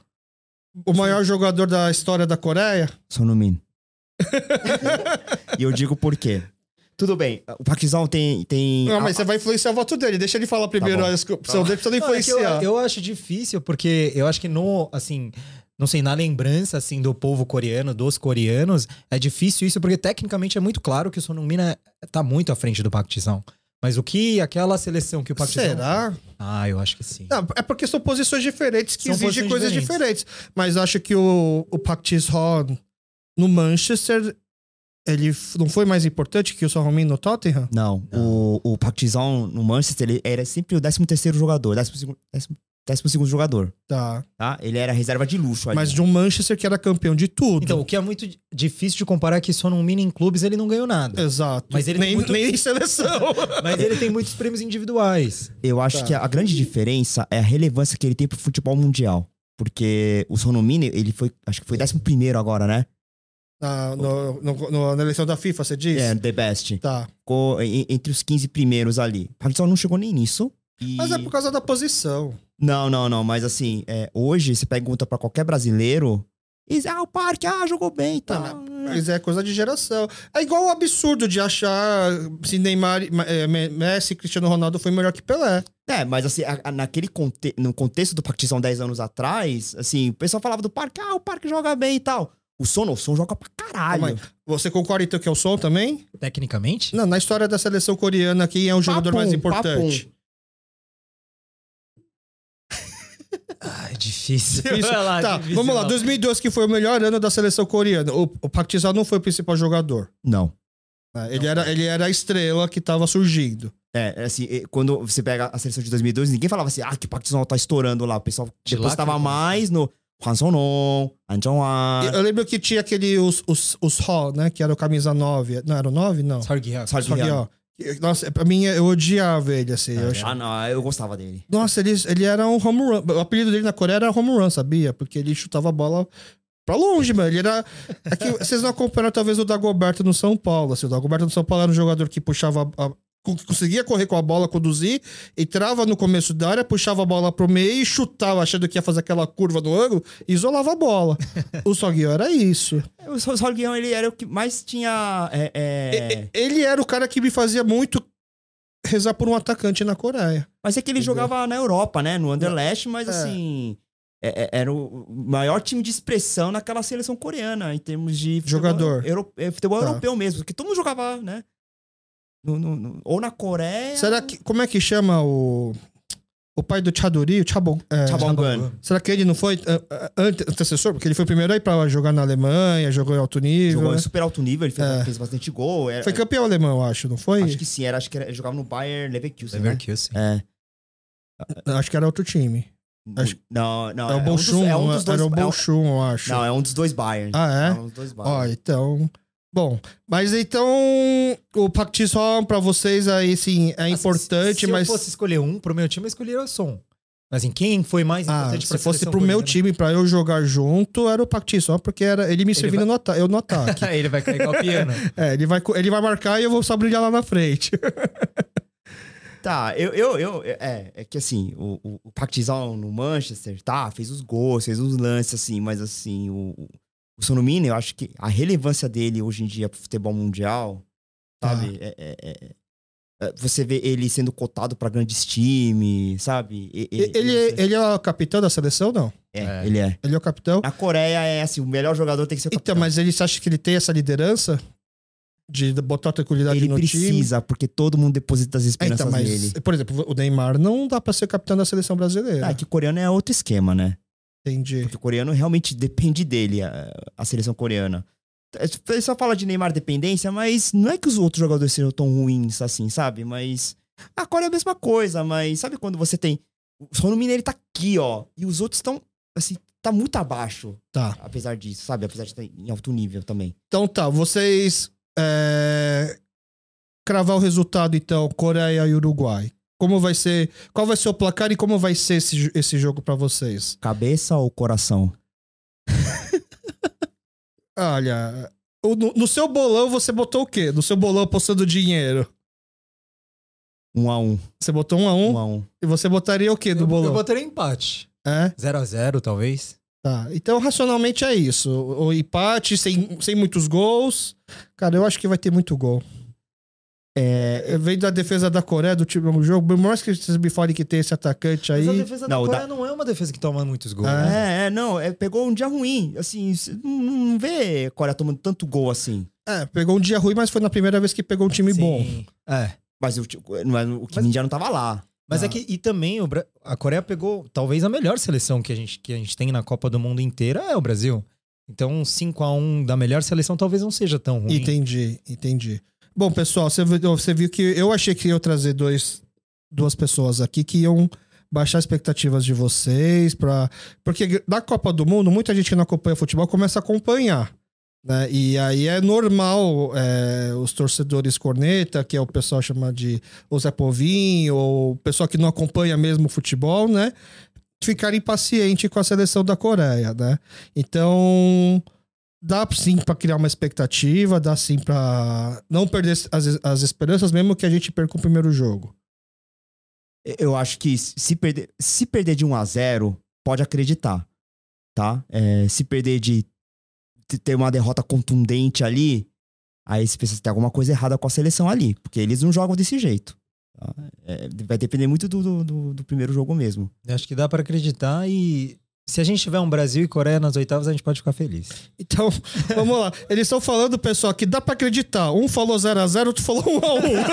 Speaker 1: que o maior jogador da história da Coreia.
Speaker 3: Sonomin. e eu digo por quê. Tudo bem, o Paquizão tem. tem
Speaker 1: Não,
Speaker 3: a-
Speaker 1: mas você vai influenciar o voto dele. Deixa ele falar
Speaker 2: Tá
Speaker 1: primeiro
Speaker 3: bom.
Speaker 1: a esco- opção dele, pra você não
Speaker 2: Não, é que eu,
Speaker 1: influenciar.
Speaker 2: eu acho difícil, porque eu acho que no, assim, não sei, na lembrança, assim, do povo coreano, dos coreanos, é difícil isso, porque tecnicamente é muito claro que o Sonumina tá muito à frente do Park Ji-sung. Mas o que aquela seleção que o Park Ji-sung-
Speaker 1: Será?
Speaker 2: Ah, eu acho que sim.
Speaker 1: Não, é porque são posições diferentes que
Speaker 2: São
Speaker 1: exigem
Speaker 2: posições
Speaker 1: coisas diferentes. Mas acho que o, o Pactis Horn no Manchester, ele f- não foi mais importante que o Sorromin no Tottenham?
Speaker 3: Não, o, o Paquizão no Manchester, ele era sempre o 13 terceiro jogador, 12 segundo jogador,
Speaker 1: Tá.
Speaker 3: tá? Ele era reserva de luxo ali.
Speaker 1: Mas de um Manchester que era campeão de tudo.
Speaker 2: Então, o que é muito di- difícil de comparar é que Sonumina em clubes ele não ganhou nada.
Speaker 1: Exato.
Speaker 2: Mas ele tem
Speaker 1: nem,
Speaker 2: muito-
Speaker 1: nem em seleção.
Speaker 2: Mas ele tem muitos prêmios individuais.
Speaker 3: Eu acho
Speaker 1: Tá.
Speaker 3: que a, a grande diferença é a relevância que ele tem pro futebol mundial. Porque o Sonomini, ele foi, acho que foi 11 primeiro agora, né?
Speaker 1: na, Ah, no- no- no- na eleição da FIFA, você diz?
Speaker 3: É, the best.
Speaker 1: Tá.
Speaker 3: Ficou en- entre os 15 primeiros ali. O Paquizão não chegou nem nisso. e-
Speaker 1: Mas é por causa da posição.
Speaker 3: Não, não, não. Mas assim, é, hoje você pergunta pra qualquer brasileiro. E, diz, ah, o Parque, ah, jogou bem, tá.
Speaker 1: Tá, Mas é coisa de geração. É igual o absurdo de achar se Neymar, eh, Messi e Cristiano Ronaldo foi melhor que Pelé.
Speaker 3: É, mas assim, a- a- naquele conte no contexto do Pactizão 10 anos atrás, assim, o pessoal falava do Parque, ah, o Parque joga bem e tal. O Sono, o Son joga pra caralho.
Speaker 1: Calma aí. Você concorda então que é o som também?
Speaker 2: Tecnicamente?
Speaker 1: Não, na história da seleção coreana, quem é o jogador mais
Speaker 3: Papum,
Speaker 1: importante?
Speaker 2: Ah, é difícil.
Speaker 1: Isso.
Speaker 2: Vai lá,
Speaker 1: tá,
Speaker 2: difícil,
Speaker 1: vamos lá.
Speaker 2: não.
Speaker 1: 2002 que foi o melhor ano da seleção coreana. O, o Park Ji-sung não foi o principal jogador.
Speaker 3: Não.
Speaker 1: né? Ele, era, ele era a estrela que tava surgindo.
Speaker 3: É, assim, e- quando você pega a seleção de 2002, ninguém falava assim, ah, que o Pactizão tá estourando lá. O pessoal
Speaker 2: De
Speaker 3: depois
Speaker 2: lá,
Speaker 3: tava
Speaker 1: é
Speaker 2: cara.
Speaker 3: mais no Han Sonon, Han
Speaker 1: Eu-
Speaker 3: Jong-hwan,
Speaker 1: Eu lembro que tinha aquele os, os, os Ho, né? Que era o camisa 9. Não, era o 9? Não.
Speaker 2: Sarguiá.
Speaker 3: Só de
Speaker 1: Só que,
Speaker 3: Rihanna.
Speaker 1: ó, Nossa, pra mim, eu odiava ele, assim. eu
Speaker 2: Ah,
Speaker 1: achava-
Speaker 3: Ah, não, eu gostava dele.
Speaker 1: Nossa, ele, ele era um home run. O apelido dele na Coreia era home run, sabia? Porque ele chutava a bola pra longe, mano. Ele era. É que vocês não acompanharam, talvez, o Dagoberto no São Paulo. Assim, o Dagoberto no São Paulo era um jogador que puxava. a- co- que conseguia correr com a bola, conduzir, entrava no começo da área, puxava a bola pro meio e chutava, achando que ia fazer aquela curva no ângulo, e isolava a bola. o Soguinho era isso.
Speaker 3: O Sol- Sol Guião, ele era o que mais tinha... é, é,
Speaker 1: E- Ele era o cara que me fazia muito rezar por um atacante na Coreia.
Speaker 3: Mas é que ele
Speaker 1: Entendeu?
Speaker 3: jogava na Europa, né? No Anderlecht, mas
Speaker 1: É.
Speaker 3: assim. é- é- era o maior time de expressão naquela seleção coreana, em termos de. futebol
Speaker 1: Jogador.
Speaker 3: euro- é, futebol
Speaker 1: Tá.
Speaker 3: europeu mesmo, que todo mundo jogava, né? No- no- no- ou na Coreia.
Speaker 1: Será que. Como é que chama o. O pai do Chaduri, o Chabon, é,
Speaker 3: Chabongan.
Speaker 1: Será que ele não foi ah, ah, ante- antecessor? Porque ele foi o primeiro aí pra jogar na Alemanha, jogou em alto nível.
Speaker 3: Jogou em
Speaker 1: né?
Speaker 3: super alto nível, ele fez,
Speaker 1: É.
Speaker 3: fez bastante gol. Era, é,
Speaker 1: Foi campeão alemão, eu acho, não foi?
Speaker 3: Acho que sim, era, acho que era- ele jogava no Bayern Leverkusen. né?
Speaker 2: Leverkusen.
Speaker 3: É.
Speaker 1: Acho que era outro time. Acho-
Speaker 3: Não, não.
Speaker 1: é o
Speaker 3: um dos-
Speaker 1: Bolchum,
Speaker 3: é um dos dois-
Speaker 1: era o
Speaker 3: é um-
Speaker 1: Bolchum, eu acho.
Speaker 3: Não, é um dos dois Bayern.
Speaker 1: Ah, é?
Speaker 3: um dos dois Bayern.
Speaker 1: Ó, então. Bom, mas então o Pactis Hall pra vocês aí, sim, é
Speaker 2: Assim,
Speaker 1: importante,
Speaker 2: se, se
Speaker 1: mas.
Speaker 2: eu fosse escolher um pro meu time, eu escolheria o Som. Mas assim, quem foi mais
Speaker 1: Ah,
Speaker 2: importante pra
Speaker 1: se fosse
Speaker 2: seleção
Speaker 1: pro meu
Speaker 2: coreana?
Speaker 1: time, pra eu jogar junto, era o Pactis Hall, porque era ele me servindo no ata- eu no ataque.
Speaker 2: Ele vai cair o piano.
Speaker 1: é, ele vai, co- ele vai marcar e eu vou só brilhar lá na frente.
Speaker 3: Tá, eu, eu, eu é, é que assim, o, o, o Pactizal no Manchester, tá, fez os gols, fez os lances, assim, mas assim, o, o- o Sonomini, eu acho que a relevância dele hoje em dia pro futebol mundial, sabe?
Speaker 1: Tá.
Speaker 3: É- é- é- é- você vê ele sendo cotado pra grandes times, sabe? E- e-
Speaker 1: E- Ele, é- ele é o capitão da seleção, não?
Speaker 3: é,
Speaker 2: é.
Speaker 3: ele é.
Speaker 1: Ele é o capitão.
Speaker 3: Na Coreia é assim, o melhor jogador tem que ser o
Speaker 1: Então,
Speaker 3: capitão.
Speaker 1: mas ele você acha que ele tem essa liderança? De botar tranquilidade
Speaker 3: ele
Speaker 1: no time?
Speaker 3: precisa, porque todo mundo deposita as
Speaker 1: É,
Speaker 3: esperanças
Speaker 1: então, mas,
Speaker 3: nele.
Speaker 1: por exemplo, o Neymar não dá pra ser capitão da seleção brasileira.
Speaker 3: Ah, que o coreano é outro esquema, né?
Speaker 1: Entendi.
Speaker 3: Porque o coreano realmente depende dele, a, a seleção coreana. É, tipo, Ele só fala de Neymar dependência, mas não é que os outros jogadores sejam tão ruins assim, sabe? Mas a Coreia é a mesma coisa, mas sabe quando você tem. O Sono Mineiro tá aqui, ó, e os outros estão, assim, tá muito abaixo,
Speaker 1: Tá.
Speaker 3: apesar disso, sabe? Apesar de estar em alto nível também.
Speaker 1: Então tá, vocês. é, Cravar o resultado, então, Coreia e Uruguai. Como vai ser. Qual vai ser o placar e como vai ser esse, jo- esse jogo pra vocês?
Speaker 3: Cabeça ou coração?
Speaker 1: Olha. o- No, no seu bolão, você botou o quê? No seu bolão apostando dinheiro.
Speaker 3: Um a um.
Speaker 1: Você botou um a um,
Speaker 3: Um a um.
Speaker 1: e você botaria o quê
Speaker 2: Eu,
Speaker 1: no
Speaker 2: eu
Speaker 1: bolão?
Speaker 2: botaria empate.
Speaker 1: É?
Speaker 2: 0 a 0 talvez.
Speaker 1: Tá, então racionalmente é isso. O o empate, sem, sem muitos gols. Cara, eu acho que vai ter muito gol. É, vem da defesa da Coreia, do time do jogo. Por mais que vocês me falem que tem esse atacante aí.
Speaker 2: Mas a defesa
Speaker 3: Não,
Speaker 2: da
Speaker 3: o
Speaker 2: Coreia não é uma defesa que toma muitos gols.
Speaker 1: Ah,
Speaker 2: né?
Speaker 3: É, é, não, é, pegou um dia ruim. Assim, cê não, não vê Coreia tomando tanto gol assim.
Speaker 1: É, pegou um dia ruim, mas foi na primeira vez que pegou um time
Speaker 2: Sim.
Speaker 1: bom.
Speaker 2: É.
Speaker 3: Mas o, ti- mas o Kim
Speaker 2: Mas-
Speaker 3: Min-jae não tava lá.
Speaker 2: Mas
Speaker 1: Tá.
Speaker 2: é que, e também, o Bra- a Coreia pegou talvez a melhor seleção que a gente, que a gente tem na Copa do Mundo inteira é o Brasil. Então, 5x1 da melhor seleção talvez não seja tão ruim.
Speaker 1: Entendi, entendi. Bom, pessoal, você, viu- você viu que eu achei que ia trazer dois, duas pessoas aqui que iam baixar expectativas de vocês para porque na Copa do Mundo muita gente que não acompanha futebol começa a acompanhar, né? E aí é normal é, os torcedores corneta, que é o pessoal chama de o Zé Povinho, ou o pessoal que não acompanha mesmo o futebol, né? Ficar impaciente com a seleção da Coreia, né? Então, dá sim pra criar uma expectativa, dá sim pra não perder as, as esperanças, mesmo que a gente perca o primeiro jogo.
Speaker 3: Eu acho que se perder, se perder de 1 a 0 pode acreditar, tá? É, se perder de t- ter uma derrota contundente ali, aí você pensa que tem alguma coisa errada com a seleção ali, porque eles não jogam desse jeito. tá? É, vai depender muito do- do- do, do primeiro jogo mesmo.
Speaker 2: Acho que dá pra acreditar e se a gente tiver um Brasil e Coreia nas oitavas, a gente pode ficar feliz.
Speaker 1: Então, vamos lá. Eles estão falando, pessoal, que dá pra acreditar. Um falou 0x0, outro falou 1x1.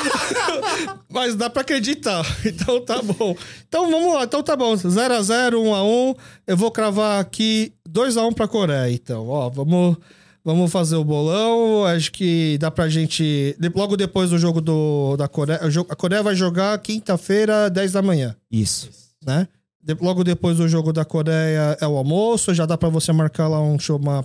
Speaker 1: Mas dá pra acreditar. Então tá bom. Então vamos lá. Então tá bom. 0x0, 1x1. Eu vou cravar aqui 2x1 pra Coreia. Então, ó, vamos. Vamos fazer o bolão. Acho que dá pra gente. de- Logo depois do jogo do, da Coreia. o jogo- A Coreia vai jogar quinta-feira, 10 da manhã
Speaker 3: Isso.
Speaker 1: né? De- logo depois do jogo da Coreia é o almoço, já dá pra você marcar lá um, chu- uma-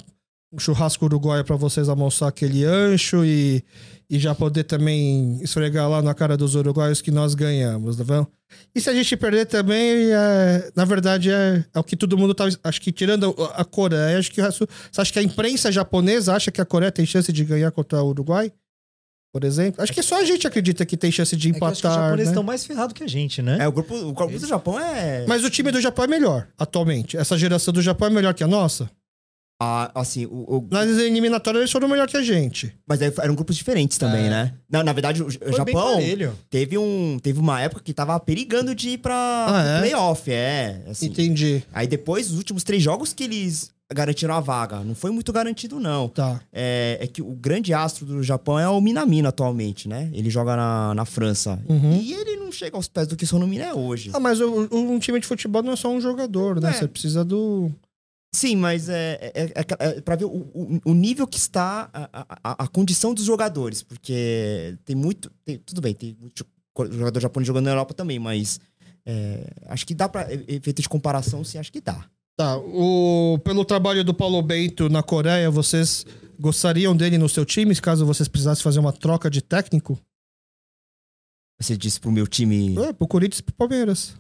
Speaker 1: um churrasco uruguaio pra vocês almoçar aquele ancho e, e já poder também esfregar lá na cara dos uruguaios que nós ganhamos, tá vendo? E se a gente perder também, é, na verdade é, é o que todo mundo tá. Acho que tirando a, a Coreia, acho que o resto- Você acha que a imprensa japonesa acha que a Coreia tem chance de ganhar contra o Uruguai? Por exemplo? Acho que só a gente acredita que tem chance de
Speaker 2: É que eu acho que os
Speaker 1: empatar.
Speaker 2: japoneses
Speaker 1: né?
Speaker 2: estão mais ferrados que a gente, né?
Speaker 3: É, o grupo, o grupo do Japão é.
Speaker 1: Mas o time do Japão é melhor atualmente. Essa geração do Japão é melhor que a nossa.
Speaker 3: Ah, assim, o, o-
Speaker 1: Nas eliminatórias eles foram melhor que a gente.
Speaker 3: mas aí eram grupos diferentes também,
Speaker 2: É.
Speaker 3: né? Na, na verdade, o, o
Speaker 2: Foi bem
Speaker 3: Japão
Speaker 2: parelho.
Speaker 3: teve, um, teve uma época que tava perigando de ir pra
Speaker 1: Ah, é?
Speaker 3: pro playoff, é. assim.
Speaker 1: Entendi.
Speaker 3: Aí depois, os últimos três jogos que eles garantiram a vaga. Não foi muito garantido, não.
Speaker 1: Tá.
Speaker 3: É, é que o grande astro do Japão é o Minamino atualmente, né? Ele joga na, na França.
Speaker 1: Uhum.
Speaker 3: E ele não chega aos pés do que o Sonomino é hoje.
Speaker 1: Ah, mas o- o- um time de futebol não é só um jogador, né?
Speaker 3: É.
Speaker 1: Você precisa do.
Speaker 3: Sim, mas é, é, é, é- é pra ver o, o, o nível que está a, a- a, a condição dos jogadores, porque tem muito. tem- tudo bem, tem muito jo- jogador japonês jogando na Europa também, mas é, acho que dá pra. e- Efeito de comparação, sim, acho que dá.
Speaker 1: Tá. O... Pelo trabalho do Paulo Bento na Coreia, vocês gostariam dele no seu time, caso vocês precisassem fazer uma troca de técnico?
Speaker 3: Você disse pro meu time.
Speaker 1: É, pro Corinthians e pro Palmeiras.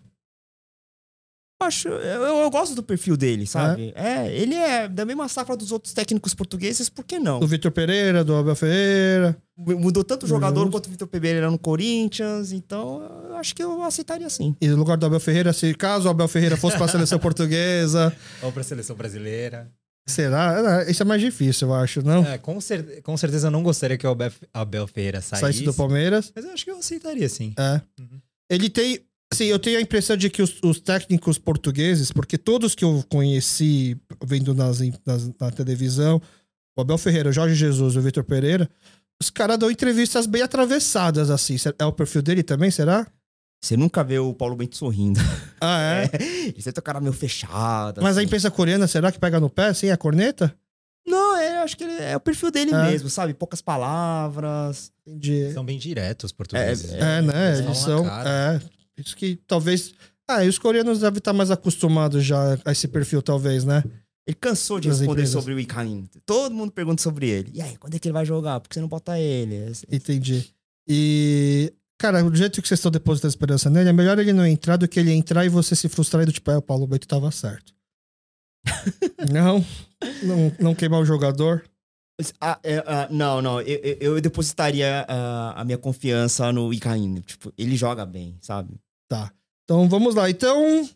Speaker 3: Acho, eu, eu gosto do perfil dele, sabe? É. ele é da mesma safra dos outros técnicos portugueses, por que não?
Speaker 1: Do Vitor Pereira, do Abel Ferreira.
Speaker 3: Mudou tanto o jogador
Speaker 1: Justo.
Speaker 3: quanto o Vitor Pereira no Corinthians, então eu acho que eu aceitaria sim.
Speaker 1: E no lugar do Abel Ferreira, se caso o Abel Ferreira fosse pra seleção portuguesa,
Speaker 2: Ou pra seleção brasileira.
Speaker 1: será? Ah, Isso é mais difícil, eu acho, não?
Speaker 2: É, com, cer com certeza eu não gostaria que o Abel, Abel Ferreira saísse.
Speaker 1: Saísse do Palmeiras.
Speaker 2: Mas eu acho que eu aceitaria, sim.
Speaker 1: É.
Speaker 2: Uhum.
Speaker 1: Ele tem. Assim, eu tenho a impressão de que os, os técnicos portugueses, porque todos que eu conheci vendo nas, em- nas- na televisão, o Abel Ferreira, o Jorge Jesus, o Vitor Pereira, os caras dão entrevistas bem atravessadas, assim. Será- É o perfil dele também, será?
Speaker 3: Você nunca vê o Paulo Bento sorrindo.
Speaker 1: Ah, é?
Speaker 3: Ele sempre tem o cara meio fechado.
Speaker 1: Mas a
Speaker 3: assim.
Speaker 1: imprensa coreana, será que pega no pé, assim, a corneta?
Speaker 3: Não, é, eu acho que ele- é o perfil dele
Speaker 1: É.
Speaker 3: mesmo, sabe? Poucas palavras.
Speaker 1: Entendi.
Speaker 2: São bem diretos os portugueses.
Speaker 3: É,
Speaker 1: É, né?
Speaker 2: eles
Speaker 1: Eles
Speaker 2: falam
Speaker 1: são.
Speaker 2: na
Speaker 1: É. Isso que talvez. Ah, e os coreanos devem estar mais acostumados já a esse perfil, talvez, né?
Speaker 3: Ele cansou de
Speaker 1: Das
Speaker 3: responder
Speaker 1: empresas.
Speaker 3: sobre o Icaim. Todo mundo pergunta sobre ele. E aí, quando é que ele vai jogar? Por que você não bota ele?
Speaker 1: Entendi. E. Cara, do jeito que vocês estão depositando esperança nele, é melhor ele não entrar do que ele entrar e você se frustrar e do tipo, é, o Paulo Bento tava certo. não, não. Não queimar o jogador.
Speaker 3: Ah, é, ah, não, não. Eu, eu- eu depositaria ah, a minha confiança no Icaim. Tipo, ele joga bem, sabe?
Speaker 1: Então vamos lá. Então,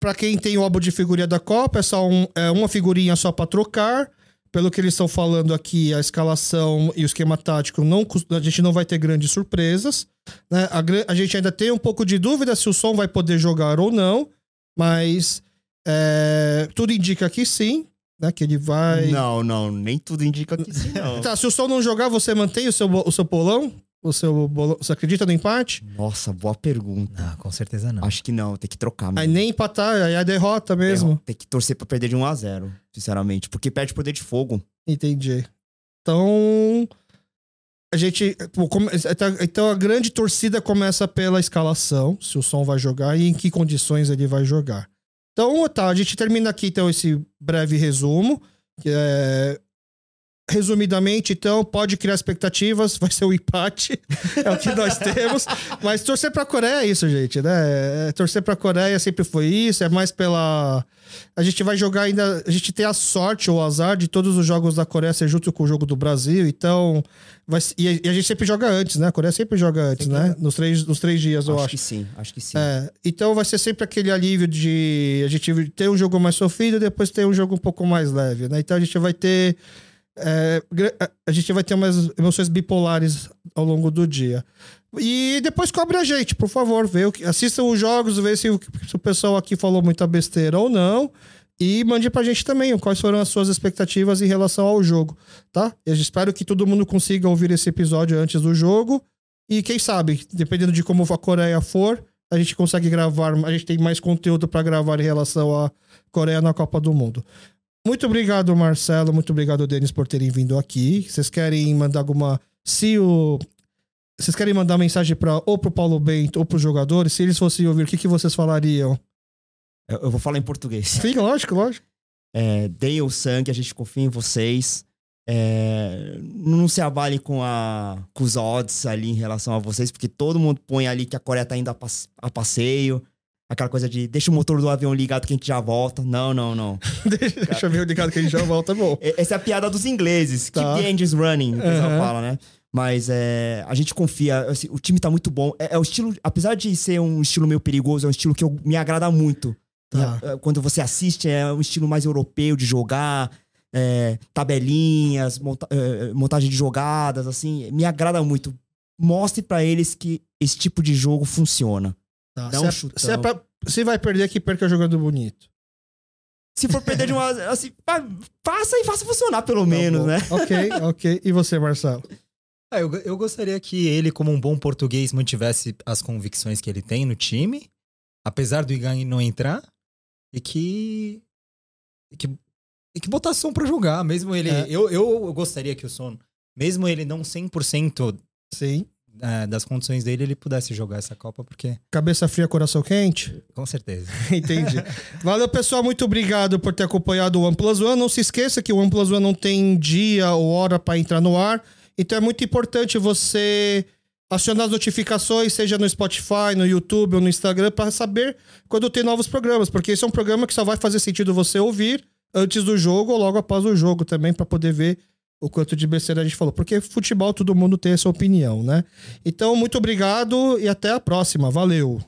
Speaker 1: pra quem tem o álbum de figurinha da Copa, é só um- é uma figurinha só pra trocar. Pelo que eles estão falando aqui, a escalação e o esquema tático, não, cus- a gente não vai ter grandes surpresas. né? A, gran- a gente ainda tem um pouco de dúvida se o som vai poder jogar ou não, mas é, tudo indica que sim, né? que ele vai.
Speaker 3: Não, não. Nem tudo indica que sim, não.
Speaker 1: Tá, se o som não jogar, você mantém o seu, bo- o seu polão? O seu bolão? Você acredita no empate?
Speaker 3: Nossa, boa pergunta.
Speaker 2: Não, Ah, com certeza não.
Speaker 3: Acho que não. Tem que trocar
Speaker 1: Aí
Speaker 3: mesmo.
Speaker 1: nem empatar, aí a derrota mesmo.
Speaker 3: Tem que torcer pra perder de 1 a 0 sinceramente. Porque perde poder de fogo.
Speaker 1: Entendi. Então. A gente. pô, come- então- Então a grande torcida começa pela escalação, se o som vai jogar e em que condições ele vai jogar. Então, tá, a gente termina aqui então esse breve resumo. que é- Resumidamente, então, pode criar expectativas, vai ser o empate, é o que nós temos. Mas torcer pra Coreia é isso, gente, né? É, Torcer pra Coreia sempre foi isso, é mais pela. A gente vai jogar ainda. A gente tem a sorte ou o azar de todos os jogos da Coreia ser junto com o jogo do Brasil, então. Vai... se- E a- e a gente sempre joga antes, né? A Coreia sempre joga antes,
Speaker 3: Sempre
Speaker 1: né? Nos três, nos três dias, eu
Speaker 3: acho,
Speaker 1: acho.
Speaker 3: que sim. Acho que sim.
Speaker 1: É, então vai ser sempre aquele alívio de a gente ter um jogo mais sofrido e depois ter um jogo um pouco mais leve, né? Então a gente vai ter é, gra- a- a gente vai ter umas emoções bipolares ao longo do dia. E depois cobre a gente, por favor, vê o que, assistam os jogos, vê se o, se o pessoal aqui falou muita besteira ou não. E mande pra gente também quais foram as suas expectativas em relação ao jogo, tá? Eu espero que todo mundo consiga ouvir esse episódio antes do jogo. E quem sabe, dependendo de como a Coreia for, a gente consegue gravar, a gente tem mais conteúdo pra gravar em relação à Coreia na Copa do Mundo. Muito obrigado, Marcelo. Muito obrigado, Denis, por terem vindo aqui. Vocês querem mandar alguma. Se o. Vocês querem mandar mensagem para ou pro Paulo Bento ou pros jogadores? Se eles fossem ouvir, o que, que vocês falariam?
Speaker 3: Eu, eu vou falar em português.
Speaker 1: Sim, lógico, lógico.
Speaker 3: É, deem o sangue, a gente confia em vocês. É, não se abalem com, a, com os odds ali em relação a vocês, porque todo mundo põe ali que a Coreia tá indo a, pas- a passeio. Aquela coisa de deixa o motor do avião ligado que a gente já volta. Não, não, não.
Speaker 1: Deixa eu ver o ligado que a gente já volta, bom.
Speaker 3: E- Essa é a piada dos ingleses.
Speaker 1: Tá.
Speaker 3: Keep the engines running, o pessoal
Speaker 1: Aham.
Speaker 3: fala, né? Mas é, a gente confia, assim, o time tá muito bom. É, é o estilo, apesar de ser um estilo meio perigoso, é um estilo que eu- me agrada muito.
Speaker 1: Tá.
Speaker 3: É, é, Quando você assiste, é um estilo mais europeu de jogar, é, tabelinhas, monta- é, é, montagem de jogadas, assim, me agrada muito. Mostre pra eles que esse tipo de jogo funciona.
Speaker 1: Tá.
Speaker 3: Dá
Speaker 1: se,
Speaker 3: um
Speaker 1: é-
Speaker 3: chutão.
Speaker 1: se é pra- se vai perder, que perca jogando bonito.
Speaker 3: Se for perder de uma. Assim, fa- faça e faça funcionar, pelo menos,
Speaker 1: Tá
Speaker 3: né?
Speaker 1: bom. Ok, ok. E você, Marcelo?
Speaker 2: Ah, eu, eu gostaria que ele, como um bom português, mantivesse as convicções que ele tem no time, apesar do Igan não entrar, e que. E que, e que botasse som pra jogar. Mesmo ele.
Speaker 1: É.
Speaker 2: Eu, eu gostaria que o Son, mesmo ele não 100%
Speaker 1: Sim.
Speaker 2: eh, das condições dele, ele pudesse jogar essa Copa, porque.
Speaker 1: Cabeça fria, coração quente?
Speaker 2: Com certeza.
Speaker 1: Entendi. Valeu, pessoal. Muito obrigado por ter acompanhado o OnePlus One. Não se esqueça que o OnePlus One não tem dia ou hora para entrar no ar. Então é muito importante você acionar as notificações, seja no Spotify, no YouTube ou no Instagram, para saber quando tem novos programas, porque esse é um programa que só vai fazer sentido você ouvir antes do jogo ou logo após o jogo também, para poder ver o quanto de besteira a gente falou. Porque futebol todo mundo tem essa opinião, né? Então, muito obrigado e até a próxima. Valeu!